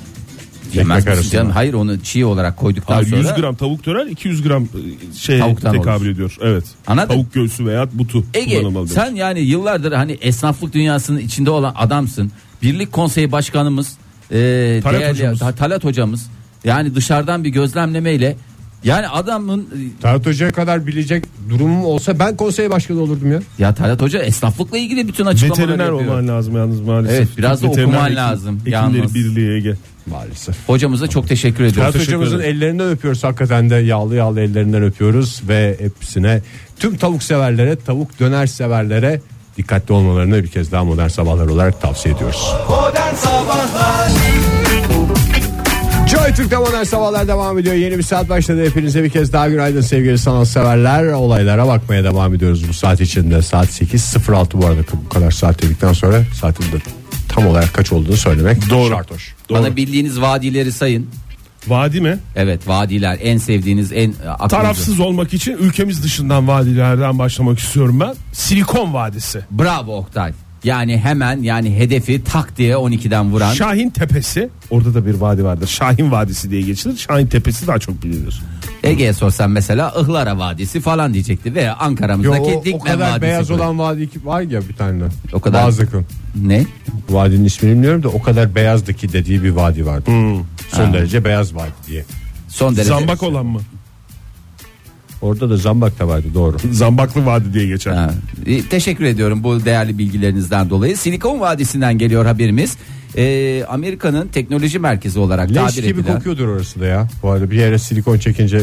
Yemez
Ekmek
misin
arasında.
canım? Hayır onu çiğ olarak koyduktan
Hayır,
sonra.
100 gram tavuk döner 200 gram e, şey
Tavuktan
tekabül
olur.
ediyor. Evet.
Anladın?
Tavuk göğsü veya butu
Ege
kullanılmalı.
sen yani yıllardır hani esnaflık dünyasının içinde olan adamsın. Birlik Konseyi Başkanımız, e,
Talat
değerli
hocamız.
Ta- Talat hocamız. Yani dışarıdan bir gözlemlemeyle yani adamın
Tarat Hoca'ya kadar bilecek durumum olsa ben konsey başkanı olurdum ya.
ya Talat hoca esnaflıkla ilgili bütün açıklamaları
Veteriner
yapıyor.
olman lazım yalnız maalesef.
Evet, biraz da
Veteriner
okuman lazım
Hekimleri
yalnız.
Birliği Ege.
Maalesef.
Hocamıza çok teşekkür ediyoruz.
Tarat
teşekkür
Hocamızın
ederim.
ellerinden öpüyoruz hakikaten de yağlı yağlı ellerinden öpüyoruz ve hepsine tüm tavuk severlere tavuk döner severlere dikkatli olmalarını bir kez daha modern sabahlar olarak tavsiye ediyoruz.
Modern Sabahlar
Joy Türk'te modern sabahlar devam ediyor. Yeni bir saat başladı. Hepinize bir kez daha günaydın sevgili sanatseverler. Olaylara bakmaya devam ediyoruz bu saat içinde. Saat 8.06 bu arada bu kadar saat dedikten sonra saatin de tam olarak kaç olduğunu söylemek Doğru. şart hoş.
Bana bildiğiniz vadileri sayın.
Vadi mi?
Evet vadiler en sevdiğiniz en e, aklınızda.
Tarafsız olmak için ülkemiz dışından vadilerden başlamak istiyorum ben. Silikon Vadisi.
Bravo Oktay. Yani hemen yani hedefi tak diye 12'den vuran.
Şahin Tepesi. Orada da bir vadi vardır. Şahin Vadisi diye geçilir. Şahin Tepesi daha çok bilinir.
Ege'ye sorsan mesela Ihlara Vadisi falan diyecekti veya
Yo,
Ankara'mızdaki
o, o
Dikmen
kadar
Vadisi.
beyaz olan vadi ki- var ya bir tane.
O kadar-
Bazıkın.
Ne?
Vadinin ismini bilmiyorum da o kadar beyazdaki dediği bir vadi vardı.
Hmm.
Son derece beyaz vadi diye.
Son derece.
Zambak olan mı?
Orada da zambak da vardı doğru.
Zambaklı Vadi diye geçer.
Ha, e, Teşekkür ediyorum bu değerli bilgilerinizden dolayı. Silikon Vadisi'nden geliyor haberimiz. Ee, Amerika'nın teknoloji merkezi olarak
Leş
tabir
gibi
edilen.
kokuyordur orası da ya. Bu arada bir yere silikon çekince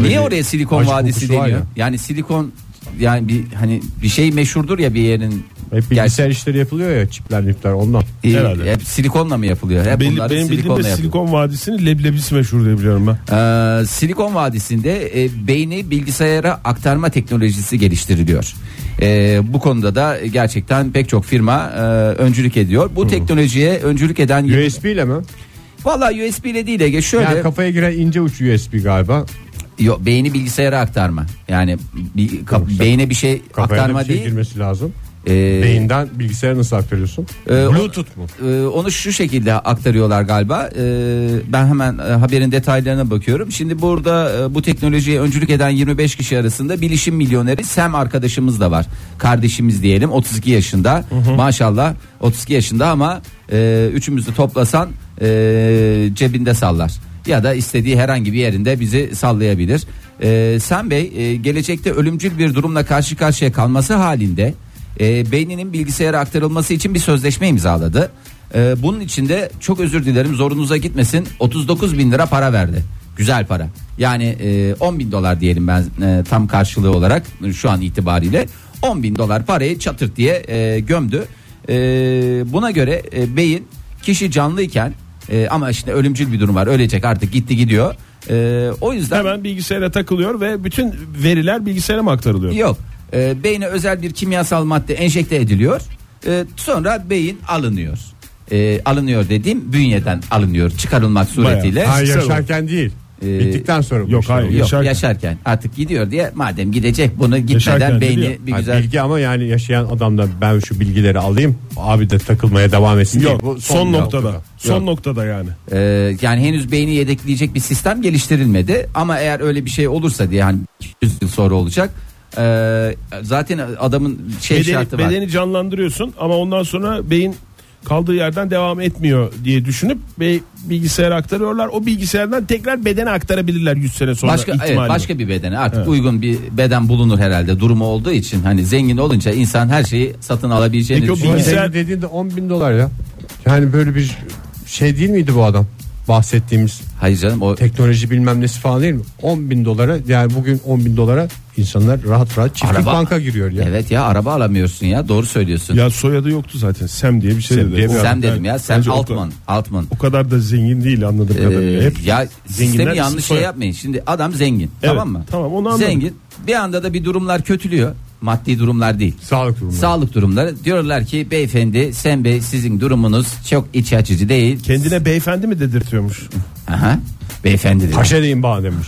Niye oraya silikon
Acı
vadisi
kokusu var
deniyor?
ya.
Yani silikon yani bir hani bir şey meşhurdur ya bir yerin.
Hep bilgisayar işleri yapılıyor ya çipler mipler ondan.
Gerçi- e,
herhalde.
hep silikonla mı yapılıyor? Hep
Benim,
bunlar
benim bildiğim de
silikonla yapılıyor.
Silikon Vadisi'nin leblebisi meşhur diye biliyorum ben.
Ee, Silikon Vadisi'nde e, beyni bilgisayara aktarma teknolojisi geliştiriliyor. Ee, bu konuda da gerçekten pek çok firma e, öncülük ediyor. Bu teknolojiye öncülük eden
USB ile mi?
Vallahi USB ile değil Ege şöyle.
Yani kafaya giren ince uç USB galiba.
Yo, beyni bilgisayara aktarma. Yani bir kap-
Yok, sen-
beyne bir şey
Kafaya da
aktarma
bir şey
değil.
girmesi lazım.
Ee,
Beyinden bilgisayara nasıl aktarıyorsun?
Ee, o-
Bluetooth mu?
Ee, onu şu şekilde aktarıyorlar galiba. Ee, ben hemen e, haberin detaylarına bakıyorum. Şimdi burada e, bu teknolojiye öncülük eden 25 kişi arasında bilişim milyoneri Sam arkadaşımız da var. Kardeşimiz diyelim 32 yaşında. Maşallah 32 yaşında ama e, üçümüzü toplasan e, cebinde sallar. Ya da istediği herhangi bir yerinde bizi sallayabilir. Ee, Sam Bey e, gelecekte ölümcül bir durumla karşı karşıya kalması halinde e, beyninin bilgisayara aktarılması için bir sözleşme imzaladı. E, bunun için de çok özür dilerim zorunuza gitmesin 39 bin lira para verdi. Güzel para. Yani e, 10 bin dolar diyelim ben e, tam karşılığı olarak e, şu an itibariyle 10 bin dolar parayı çatırt diye e, gömdü. E, buna göre e, beyin kişi canlıyken e, ama işte ölümcül bir durum var ölecek artık gitti gidiyor. E, o yüzden
Hemen bilgisayara takılıyor ve bütün veriler bilgisayara mı aktarılıyor?
Yok. Ee, beyne özel bir kimyasal madde enjekte ediliyor. Ee, sonra beyin alınıyor. Ee, alınıyor dediğim bünyeden alınıyor çıkarılmak suretiyle.
Bayağı.
Ha,
Bilgisayar
yaşarken değil.
Ee,
Bittikten sonra bu
yok,
işler
hayır.
oluyor.
Yok
yaşarken.
yaşarken. artık gidiyor diye madem gidecek bunu gitmeden
Yaşarken
beyni
gidiyor.
bir
Ha,
güzel
bilgi ama yani yaşayan adamdan ben şu bilgileri alayım. Abi de takılmaya devam etsin.
Yok,
diye. Bu
son, noktada. Son
Yok.
noktada yani.
Ee, yani henüz beyni yedekleyecek bir sistem geliştirilmedi ama eğer öyle bir şey olursa diye hani 100 yıl sonra olacak. Ee, zaten adamın şey şartı
bedeni,
var.
bedeni canlandırıyorsun ama ondan sonra beyin kaldığı yerden devam etmiyor diye düşünüp be- bilgisayara aktarıyorlar. O bilgisayardan tekrar bedene aktarabilirler 100 sene sonra
başka
ihtimali.
evet,
var.
başka bir bedene artık uygun bir beden bulunur herhalde durumu olduğu için hani zengin olunca insan her şeyi satın alabileceğini
Peki o
düşünüyor.
bilgisayar-
Bilgisayar dediğinde 10 bin dolar ya. Yani böyle bir şey değil miydi bu adam? Bahsettiğimiz
Hayır canım o
teknoloji bilmem nesi falan değil mi? 10 bin dolara yani bugün 10 bin dolara insanlar rahat rahat çiftlik
Araba-
banka giriyor ya.
evet ya araba alamıyorsun ya doğru söylüyorsun.
Ya soyadı yoktu zaten. Sem diye bir şey
Sem
dedi.
diye bir
O-
Sam dedim ya
Yani
Sam
bence o kadar-
Altman Altman.
O kadar da zengin değil anladığım kadarıyla.
Ee,
Hep
ya
zenginler
sistemi yanlış
isim
şey
soyad-
yapmayın. Şimdi adam zengin
Evet,
tamam mı?
tamam, onu anladım.
Zengin bir anda da bir durumlar kötülüyor. Maddi durumlar değil.
Sağlık durumu.
Sağlık durumları diyorlar ki beyefendi Sen Bey sizin durumunuz çok iç açıcı değil.
Kendine beyefendi mi dedirtiyormuş?
Aha, beyefendi dedi.
Haşereyim bağ demiş.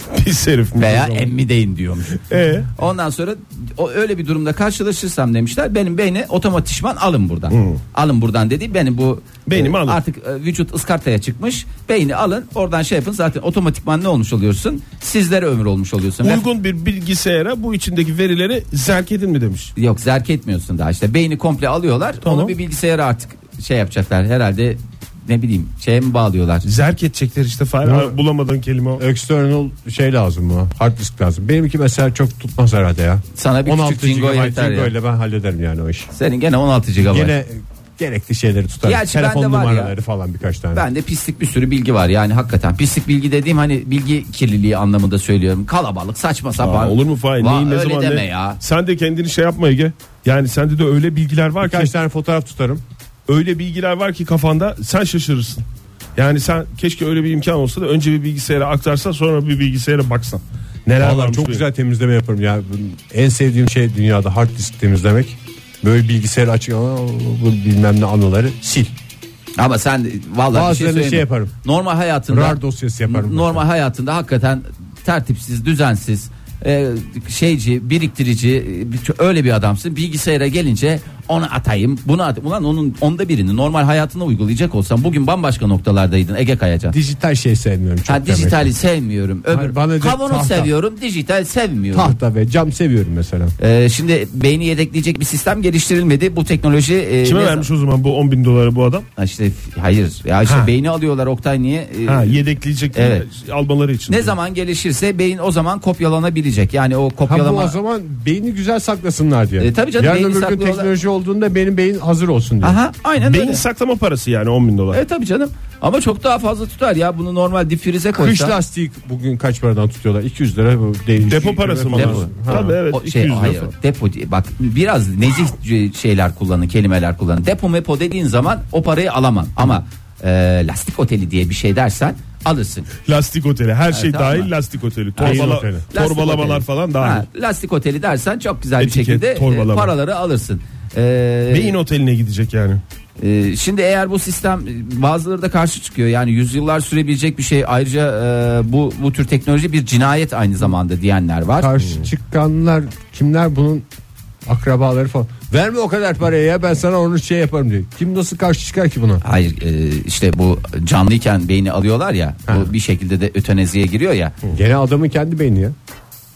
Pis herif. mi
veya
o zaman?
emmi deyin diyormuş.
Ee?
Ondan sonra o öyle bir durumda karşılaşırsam demişler benim beyni otomatikman alın buradan. Alın buradan dedi. Benim bu
Hmm. Beynimi alın.
artık e, vücut ıskartaya çıkmış. Beyni alın. Oradan şey yapın. Zaten otomatikman ne olmuş oluyorsun? Sizlere ömür olmuş oluyorsun. Ve-
Uygun bir bilgisayara bu içindeki verileri zerk edin mi demiş.
Yok zerk etmiyorsun daha işte. Beyni komple alıyorlar.
Tamam.
Onu bir bilgisayara artık şey yapacaklar. Herhalde ne bileyim şeye mi bağlıyorlar?
Zerk edecekler işte Fahir.
Ne?
Hani Abi Bulamadığın kelime o.
External şey lazım buna. Hard disk lazım. Benimki mesela çok tutmaz herhalde ya.
Sana bir
16
küçük cingo
GB
yeter ya.
cingo ile ben hallederim yani o işi.
Senin gene 16 GB.
Yine gerekli şeyleri tutarım.
Gerçi
Telefon
bende var ya.
numaraları falan birkaç tane.
Ben de pislik bir sürü bilgi var yani hakikaten. Pislik bilgi dediğim hani bilgi kirliliği anlamında söylüyorum. Kalabalık saçma sapan.
Aa, olur mu Fahir?
Va-
Neyin ne
öyle
zaman
deme
ne?
ya.
Sen de kendini şey yapma Ege. Yani sende de öyle bilgiler var ki.
Birkaç tane fotoğraf tutarım.
Öyle bilgiler var ki kafanda sen şaşırırsın. Yani sen keşke öyle bir imkan olsa da önce bir bilgisayara aktarsan sonra bir bilgisayara baksan. Neler
Vallahi
varmış
çok
benim.
güzel temizleme yaparım ya. En sevdiğim şey dünyada hard disk temizlemek. Böyle bilgisayarı açık ama bu bilmem ne anıları sil.
Ama sen vallahi bir şey
Bazılarını
söyleyeyim.
şey yaparım.
Normal hayatında
RAR dosyası yaparım.
Normal hayatında hakikaten tertipsiz, düzensiz, e, şeyci, biriktirici e, bir- öyle bir adamsın. Bilgisayara gelince onu atayım, bunu atayım. Ulan onun onda birini normal hayatına uygulayacak olsan bugün bambaşka noktalardaydın Ege Kayacan.
Dijital şey sevmiyorum çok.
Ha,
demek.
dijitali sevmiyorum. Öbür,
Hayır, bana de
kavanoz
tahta.
seviyorum, dijital sevmiyorum.
Tahta ve cam seviyorum mesela.
Ee, şimdi beyni yedekleyecek bir sistem geliştirilmedi. Bu teknoloji e,
Kime
ne- Ee,
vermiş o zaman bu 10 bin doları bu adam?
Ha işte f- hayır. Ya işte
Ha.
beyni alıyorlar Oktay niye? Ee,
Ha yedekleyecek diye
Evet.
almaları için.
ne zaman gelişirse beyin o zaman kopyalanabilecek. Yani o
Ha, bu
kopyalama
o zaman beyni güzel saklasınlar diye.
E, tabii canım,
Yarın
beyni
öbür gün
saklıyorlar.
teknoloji olduğunda benim beyin hazır olsun diye.
Aha aynen
Beyin
öyle.
saklama parası yani 10 bin dolar.
E tabii canım. Ama çok daha fazla tutar ya. Bunu normal dipfrize koysan.
Kış lastiği bugün kaç paradan tutuyorlar? 200 lira bu değil.
Depo parası mı?
Depo.
Ha. Tabii evet.
O
200
şey
lira
hayır
falan.
depo diye- bak biraz nezih şeyler kullanın kelimeler kullanın depo mepo dediğin zaman o parayı alamam ama e, lastik oteli diye bir şey dersen alırsın
Lastik oteli her şey
tamam.
dahil lastik oteli.
Beyin
Torbala,
oteli.
Lastik
torbalamalar
oteli.
falan dahil.
Ha, lastik oteli dersen çok güzel
Etiket,
bir şekilde e,
torbalama.
paraları alırsın E,
Beyin oteline gidecek yani.
Ee, şimdi eğer bu sistem bazıları da karşı çıkıyor yani yüzyıllar sürebilecek bir şey ayrıca e, bu bu tür teknoloji bir cinayet aynı zamanda diyenler var.
Karşı çıkanlar kimler bunun akrabaları falan. Verme o kadar parayı ya ben sana onu şey yaparım diyor. Kim nasıl karşı çıkar ki buna?
Hayır e, işte bu canlıyken beyni alıyorlar ya bu bir şekilde de öteneziye giriyor ya. E,
Gene adamın kendi beyni ya.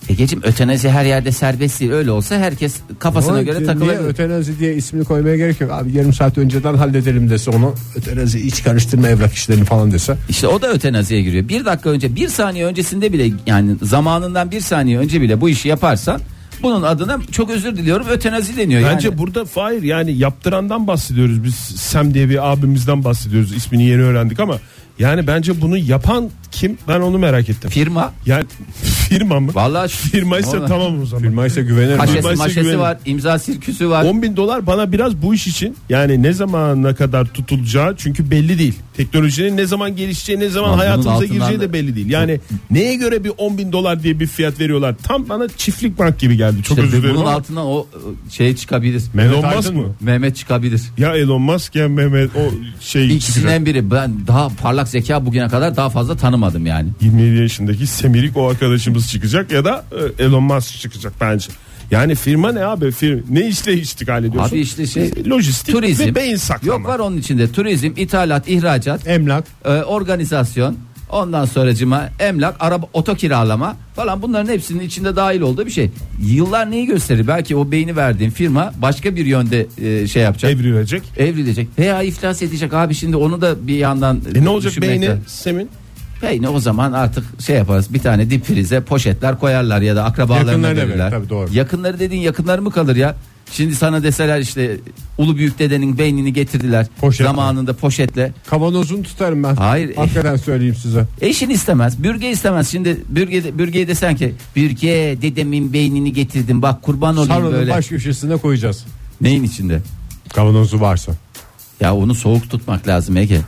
Egeciğim ötenezi her yerde serbest değil öyle olsa herkes kafasına
Ama
göre
niye
takılabilir.
ötenazi diye ismini koymaya gerek yok. Abi yarım saat önceden halledelim dese onu ötenazi iç karıştırma evrak işlerini falan dese.
İşte o da ötenaziye giriyor. Bir dakika önce bir saniye öncesinde bile yani zamanından bir saniye önce bile bu işi yaparsan bunun adına çok özür diliyorum ötenazi deniyor.
Bence
yani.
burada Fahir yani yaptırandan bahsediyoruz biz Sem diye bir abimizden bahsediyoruz ismini yeni öğrendik ama yani bence bunu yapan kim ben onu merak ettim.
firma
Yani firma mı?
Vallahi
Firma ise
Vallahi.
tamam o zaman.
Firma ise güvenir. mi?
Kaşesi
Firma ise
maşesi
güvenin.
var imza sirküsü var.
10 bin dolar bana biraz bu iş için yani ne zamana kadar tutulacağı çünkü belli değil. Teknolojinin ne zaman gelişeceği ne zaman
Ama bunun
hayatımıza
altından
gireceği
da-
de belli değil. Yani neye göre bir 10 bin dolar diye bir fiyat veriyorlar tam bana çiftlik bank gibi geldi. Çok
İşte
özür dilerim
bunun
ama
altından o e, şey çıkabilir.
Elon Musk
Aydın
mı?
mı?
Mehmet çıkabilir.
Ya Elon Musk ya Mehmet o şey çıkacak.
İkisinden biri ben daha parlak zeka bugüne kadar daha fazla tanımadım yani.
27 yaşındaki Semirik o arkadaşımız çıkacak ya da e, Elon Musk çıkacak bence. Yani firma ne abi? Firma, ne işle iştikal ediyorsun?
Abi işte şey
E, lojistik
turizm.
ve beyin saklama.
Yok var onun içinde turizm, ithalat, ihracat,
Emlak.
e, organizasyon, ondan sonracıma emlak, araba, oto kiralama falan bunların hepsinin içinde dahil olduğu bir şey. Yıllar neyi gösterir? Belki o beyni verdiğin firma başka bir yönde e, şey yapacak.
Evrilecek.
evrilecek veya iflas edecek abi şimdi onu da bir yandan
E ne olacak
düşünmek
beyni
lazım.
Sem'in?
Beyni o zaman artık şey yaparız bir tane dip frize poşetler koyarlar ya da akrabalarına
Yakınlarına
verirler.
verir, tabii doğru.
Yakınları dediğin yakınları mı kalır ya? Şimdi sana deseler işte ulu büyük dedenin beynini getirdiler
Poşetle.
zamanında poşetle.
Kavanozunu tutarım ben.
Hayır.
Hakikaten söyleyeyim size.
Eşin istemez, bürge istemez. Şimdi bürge bürgeye desen ki bürge dedemin beynini getirdim bak kurban olayım
Sarının
böyle.
baş köşesine koyacağız.
Neyin içinde?
Kavanozu varsa.
Ya onu soğuk tutmak lazım Ege.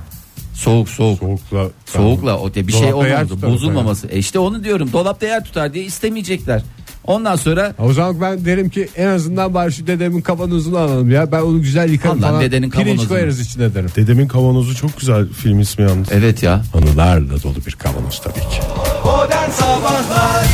Soğuk soğuk.
Soğukla.
Soğukla o de bir şey
Dolapta yer
olmadı
tutar o
bozulmaması. E işte onu diyorum dolapta yer tutar diye istemeyecekler. Ondan sonra
O zaman ben derim ki en azından bari şu dedemin kavanozunu alalım ya. Ben onu güzel yıkarım
Al lan
falan.
dedenin
Pirinç
kavanozunu.
koyarız içine derim.
Dedemin kavanozu çok güzel film ismi yalnız.
evet ya
Anılarla dolu bir kavanoz tabii ki.
Modern Sabahlar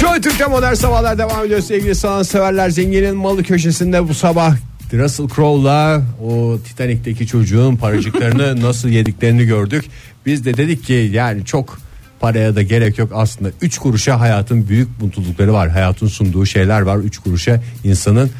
Joy Türk'te modern sabahlar devam ediyor sevgili sanatseverler. Zengin'in malı köşesinde bu sabah Russell Crowe'la o Titanik'teki çocuğun paracıklarını nasıl yediklerini gördük. Biz de dedik ki yani çok paraya da gerek yok aslında. 3 kuruşa hayatın büyük mutlulukları var. Hayatın sunduğu şeyler var. 3 kuruşa insanın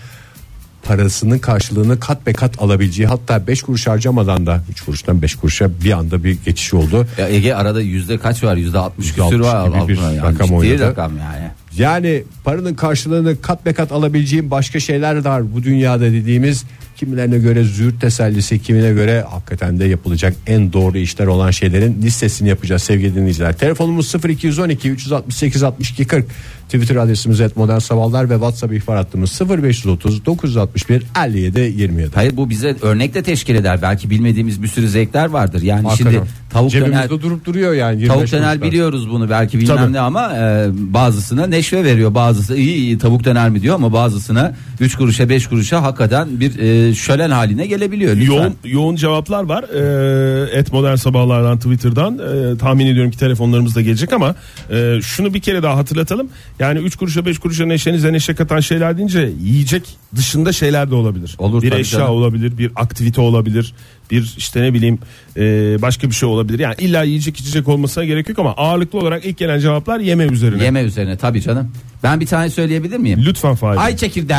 parasının karşılığını kat be kat alabileceği hatta 5 kuruş harcamadan da 3 kuruştan 5 kuruşa bir anda bir geçiş oldu.
Ya Ege arada yüzde kaç var? Yüzde 60 küsür
60
var.
gibi bir
Altına yani.
rakam
Ciddi
oynadı.
rakam yani.
Yani paranın karşılığını kat be kat alabileceğim başka şeyler de var bu dünyada dediğimiz kimilerine göre züğürt tesellisi kimine göre hakikaten de yapılacak en doğru işler olan şeylerin listesini yapacağız sevgili dinleyiciler. Telefonumuz 0212 368 62 40 Twitter adresimiz et modern sabahlar ve WhatsApp ihbar hattımız 0530 961 57 27.
Hayır bu bize örnek de teşkil eder. Belki bilmediğimiz bir sürü zevkler vardır. Yani
Hakikaten.
şimdi tavuk
Cebimizde
döner
durup duruyor yani. 25
Tavuk döner
kuruşlar.
biliyoruz bunu belki bilmem
Tabii.
ne ama e, bazısına neşve veriyor bazısı iyi iyi tavuk döner mi diyor ama bazısına 3 kuruşa 5 kuruşa hakikaten bir e, şölen haline gelebiliyor. Lütfen.
Yoğun yoğun cevaplar var. Ee, Et modern sabahlardan Twitter'dan Ee, tahmin ediyorum ki telefonlarımız da gelecek ama e, şunu bir kere daha hatırlatalım. Yani 3 kuruşa 5 kuruşa neşenize neşe katan şeyler deyince yiyecek dışında şeyler de olabilir.
Olur
bir
tabii
eşya
canım.
olabilir, bir aktivite olabilir, bir işte ne bileyim e, başka bir şey olabilir. Yani illa yiyecek içecek olmasına gerek yok ama ağırlıklı olarak ilk gelen cevaplar yeme üzerine.
Yeme üzerine tabii canım. Ben bir tane söyleyebilir miyim?
Lütfen Fahir.
Ay çekirdeği.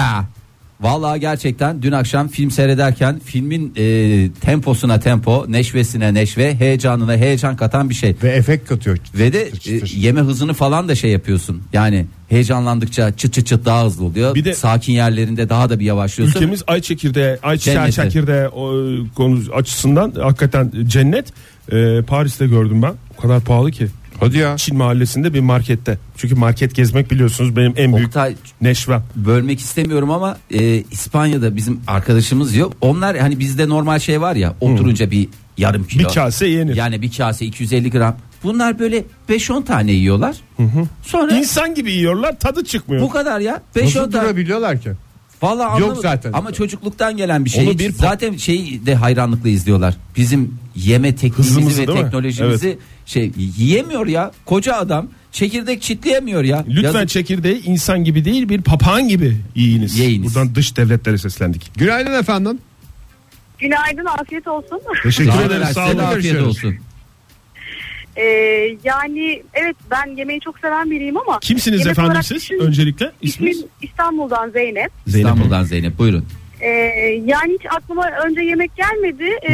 Vallahi gerçekten dün akşam film seyrederken filmin e, temposuna tempo, neşvesine neşve, heyecanına heyecan katan bir şey.
Ve efekt katıyor.
Ve de
Çıtır çıtır.
e, yeme hızını falan da şey yapıyorsun. Yani heyecanlandıkça çıt çıt çıt daha hızlı oluyor.
Bir de-
Sakin yerlerinde daha da bir yavaşlıyorsun.
Ülkemiz ay çekirdeği, ay çiçeği
Cenneti.
çekirdeği o, e, konu açısından hakikaten cennet. Ee, Paris'te gördüm ben. O kadar pahalı ki.
Hadi ya.
Çin mahallesinde bir markette. Çünkü market gezmek biliyorsunuz benim en büyük
Oktay
neşvem.
bölmek istemiyorum ama e, İspanya'da bizim arkadaşımız yok. Onlar hani bizde normal şey var ya oturunca bir yarım kilo.
Bir kase yenir.
Yani bir kase 250 gram. Bunlar böyle 5-10 tane yiyorlar. Sonra
İnsan gibi yiyorlar tadı çıkmıyor.
bu kadar ya. 5-10
Nasıl
tane.
durabiliyorlar ki?
Vallahi anlamadım.
Yok zaten.
Ama çocukluktan gelen bir şey.
Onu
Hiç-
bir-
zaten şey de hayranlıkla izliyorlar. Bizim yeme tekniğimizi
Hızımızı
ve
değil mi?
teknolojimizi şey yiyemiyor ya. Koca adam çekirdek çitleyemiyor ya.
Lütfen
Yazık.
çekirdeği insan gibi değil bir papağan gibi yiyiniz.
Yiyiniz.
Buradan dış devletlere seslendik.
Günaydın efendim.
Günaydın, afiyet olsun.
Teşekkür
Sağ
ederim.
olun,
Sağ
size de
olun.
afiyet
Görüşürüz.
olsun.
Ee, yani evet ben yemeği çok seven biriyim ama.
Kimsiniz
yemek
efendim
olarak
siz?
düşün-
Öncelikle isminiz?
İsmim İstanbul'dan Zeynep.
İstanbul'dan Zeynep buyurun.
Ee, yani hiç aklıma önce yemek gelmedi. Ee,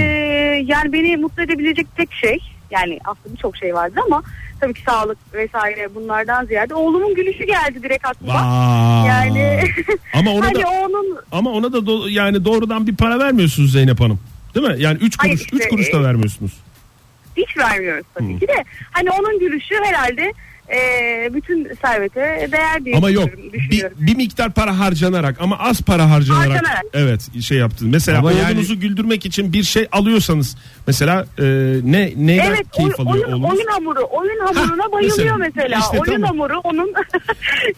yani beni mutlu edebilecek tek şey yani aslında birçok şey vardı ama tabii ki sağlık vesaire bunlardan ziyade oğlumun gülüşü geldi direkt aklıma.
Vay.
Yani
Ama ona
hani
da
onun
ama ona da do- yani doğrudan bir para vermiyorsunuz Zeynep Hanım. Değil mi? Yani 3
Hayır
kuruş
işte,
3 kuruş da
e,
vermiyorsunuz.
hiç vermiyoruz tabii ki de hani onun gülüşü herhalde ee, bütün servete değer diye
Ama yok.
düşünüyorum-
Bir,
düşünüyorum.
bir miktar para harcanarak ama az para harcanarak.
Harcanarak.
Evet, şey yaptın. Mesela
Ama yani-
oğlunuzu güldürmek için bir şey alıyorsanız mesela e, ne neyden
Evet
keyif
oy-
alıyor
oyun,
oğlunuz?
oyun hamuru oyun hamuruna
Hah,
bayılıyor
mesela.
mesela,
İşte
oyun
tamam.
hamuru onun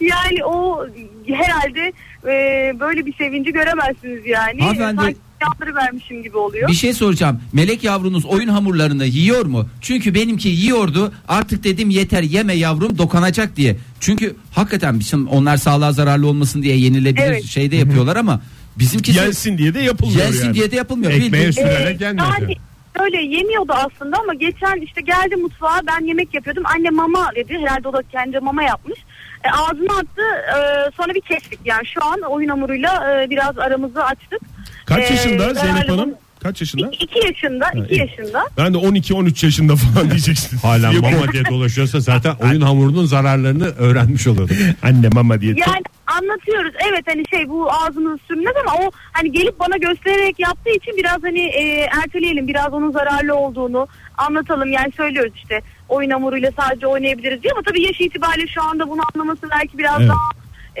yani o herhalde e, böyle bir sevinci göremezsiniz yani
Hanımefendi-
sanki yandırı vermişim gibi oluyor.
Bir şey soracağım. Melek yavrunuz oyun hamurlarını yiyor mu? Çünkü benimki yiyordu. Artık dedim yeter yeme yavrum dokanacak diye. Çünkü hakikaten bizim onlar sağlığa zararlı olmasın diye yenilebilir
Evet.
şeyde yapıyorlar ama bizimkisi yensin,
Yensin diye de yapılmıyor yani.
diye de yapılmıyor.
Ekmeğe
Bildiğin-
sür- Sürerek yenmiyor
yani öyle E, yemiyordu aslında ama geçen işte geldi mutfağa ben yemek yapıyordum anne mama dedi herhalde o da kendi mama yapmış. E, ağzına attı e, sonra bir kestik yani şu an oyun hamuruyla e, biraz aramızı açtık.
Kaç
E,
yaşında Zeynep
herhalde
Hanım?
bunu-
Kaç yaşında?
İki, iki yaşında, iki
iyi.
yaşında.
Ben de 12-13 yaşında falan diyeceksin.
Hala
Yok.
mama diye dolaşıyorsa zaten oyun hamurunun zararlarını öğrenmiş oluyordu.
Anne mama diye.
Yani anlatıyoruz evet hani şey bu ağzınızı sürmez ama o hani gelip bana göstererek yaptığı için biraz hani e, erteleyelim biraz onun zararlı olduğunu anlatalım yani söylüyoruz işte oyun hamuruyla sadece oynayabiliriz diye ama tabii yaş itibariyle şu anda bunu anlaması belki biraz
Evet.
daha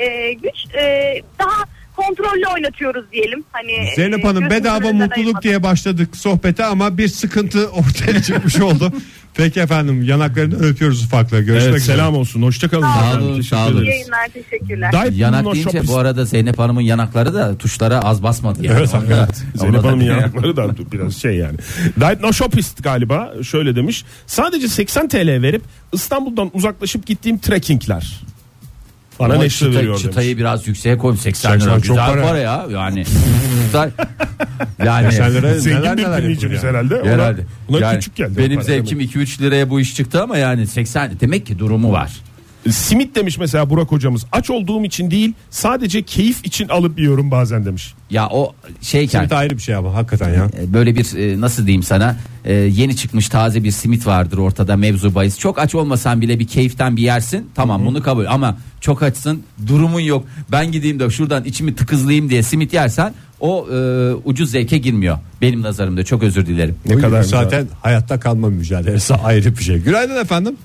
e, güç e, daha kontrollü oynatıyoruz diyelim hani
Zeynep
e,
Hanım
gözümüzün
bedava
önünden
mutluluk
ayırmadan.
diye başladık sohbete ama bir sıkıntı ortaya çıkmış oldu. Peki efendim yanaklarını öpüyoruz ufakla. Görüşmek
Evet,
üzere.
selam olsun. Hoşçakalın.
Sağ
olun, sağ olun.
İyi yayınlar teşekkürler.
Yanak deyince bu arada Zeynep Hanım'ın yanakları da tuşlara az basmadı. Yani.
Evet,
Orada-
evet. Zeynep
orada-
Hanım'ın yanakları da biraz şey yani. Diet No Shopist galiba şöyle demiş. Sadece 80 TL verip İstanbul'dan uzaklaşıp gittiğim trekkingler. Bana
Ama
neşe
çıta-
veriyor
çıtayı
demiş.
biraz yükseğe koy 80 lira.
80 çok
Güzel para.
para.
ya yani. Güzel. yani.
80 lira neler
Zengin
neler
bir dinleyicimiz
yapılıyor.
herhalde. Ona,
Herhalde.
ona
Yani
küçük geldi.
Benim
o para.
zevkim 2-3 liraya bu iş çıktı ama yani 80 demek ki durumu var.
Simit demiş mesela Burak hocamız. Aç olduğum için değil sadece keyif için alıp yiyorum bazen demiş.
Ya o şeyken
Simit ayrı bir şey ama hakikaten ya.
e, böyle bir e, nasıl diyeyim sana e, yeni çıkmış taze bir simit vardır ortada mevzu bahis. Çok aç olmasan bile bir keyiften bir yersin tamam bunu kabul ama çok açsın durumun yok. Ben gideyim de şuradan içimi tıkızlayayım diye simit yersen o e, ucuz zevke girmiyor benim nazarımda çok özür dilerim.
Ne
kadar
kadar
güzel.
zaten hayatta kalma mücadelesi ayrı bir şey. Günaydın efendim.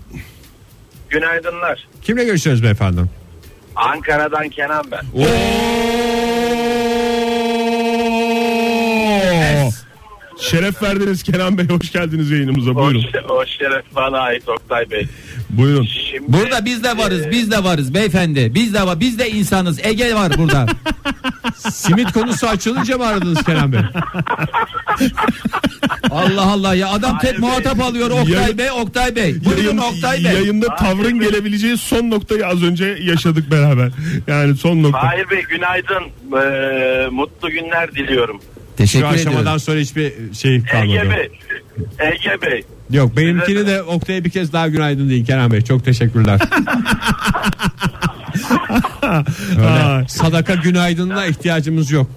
Günaydınlar.
Kimle görüşüyoruz beyefendi?
Ankara'dan Kenan ben.
Şeref verdiniz Kenan Bey hoş geldiniz yayınımıza buyurun.
Hoş, hoş şeref bana ait Oktay Bey.
Buyurun.
Şimdi
Burada biz de varız biz de varız beyefendi biz de var biz de insanız Ege var burada.
Simit konusu açılınca mı aradınız Kenan Bey?
Allah Allah ya adam
Hayır
tek muhatap
be.
alıyor Oktay
Yayın-
Bey Oktay Bey. Buyurun
Yayın-
Oktay Bey.
Yayında tavrın gelebileceği son noktayı az önce yaşadık beraber. Yani son nokta.
Fahir Bey günaydın. Ee, mutlu günler diliyorum.
Şu
Teşekkür
aşamadan
ediyorum.
sonra hiçbir şey
Ege
kalmadı.
Bey. Ege Bey.
Yok benimkini de Oktay'a bir kez daha günaydın deyin Kenan Bey. Çok teşekkürler.
Aa,
Öyle. Sadaka günaydınına ihtiyacımız yok.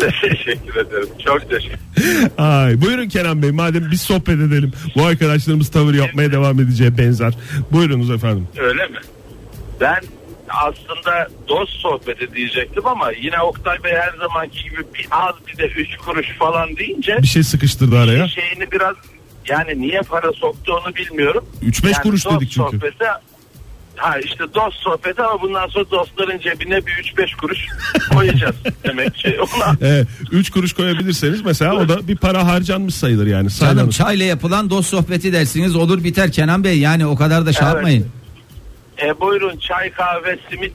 teşekkür ederim. Çok teşekkür
ay. Buyurun Kenan Bey madem biz sohbet edelim. Bu arkadaşlarımız tavır yapmaya devam edeceği benzer. Buyurunuz efendim.
Öyle mi? Ben aslında dost sohbeti diyecektim ama yine Oktay Bey her zamanki gibi bir az bir de üç kuruş falan deyince
Bir şey sıkıştırdı araya.
şeyini biraz yani niye para soktuğunu bilmiyorum.
3-5
Yani
kuruş
dost
dedik çünkü.
Sohbeti, ha işte dost sohbeti ama bundan sonra dostların cebine bir 3-5 kuruş koyacağız demek ki. Ona
3 Ee, kuruş koyabilirseniz mesela o da bir para harcanmış sayılır yani.
Canım
Saylanır.
çayla yapılan dost sohbeti dersiniz olur biter Kenan Bey yani o kadar da şey
Evet.
yapmayın.
e, buyurun çay kahve simit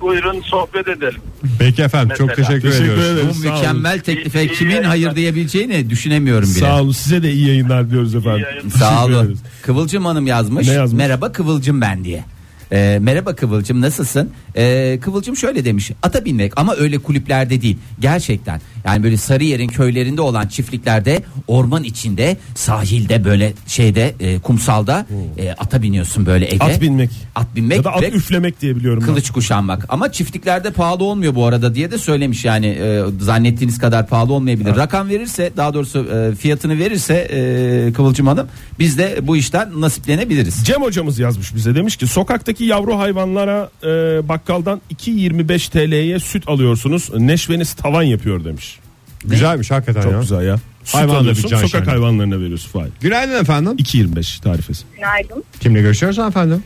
buyurun sohbet edelim.
Peki efendim çok
Mesela.
teşekkür,
Teşekkür
ediyoruz.
ederim.
Bu
Sağ olun.
mükemmel teklife
İyi- iyi
kimin
yayınlar.
hayır diyebileceğini düşünemiyorum bile.
Sağ olun size de iyi yayınlar diyoruz efendim.
yayınlar.
Sağ
Teşekkür
olun.
ederiz.
Kıvılcım Hanım yazmış.
Ne yazmış?
Merhaba Kıvılcım ben diye. Ee, merhaba Kıvılcım nasılsın? Ee, Kıvılcım şöyle demiş. Ata binmek ama öyle kulüplerde değil. Gerçekten. Yani böyle Sarıyer'in köylerinde olan çiftliklerde orman içinde sahilde böyle şeyde e, kumsalda e, ata biniyorsun böyle eve.
At binmek.
At binmek
Ya da at
ve
üflemek diye biliyorum ben.
kılıç kuşanmak. Ama çiftliklerde pahalı olmuyor bu arada diye de söylemiş yani e, zannettiğiniz kadar pahalı olmayabilir. Rakam verirse daha doğrusu e, fiyatını verirse e, Kıvılcım Hanım biz de bu işten nasiplenebiliriz.
Cem hocamız yazmış bize demiş ki sokaktaki yavru hayvanlara e, bakkaldan 2.25 TL'ye süt alıyorsunuz neşveniz tavan yapıyor demiş.
Güzelmiş hakikaten
Çok
ya.
güzel ya. Süt
Hayvan da bir
alıyorsun
can
sokak
şenliği.
hayvanlarına veriyorsun Fahir.
Günaydın efendim.
2.25 tarifesi.
Günaydın.
Kimle görüşüyoruz efendim?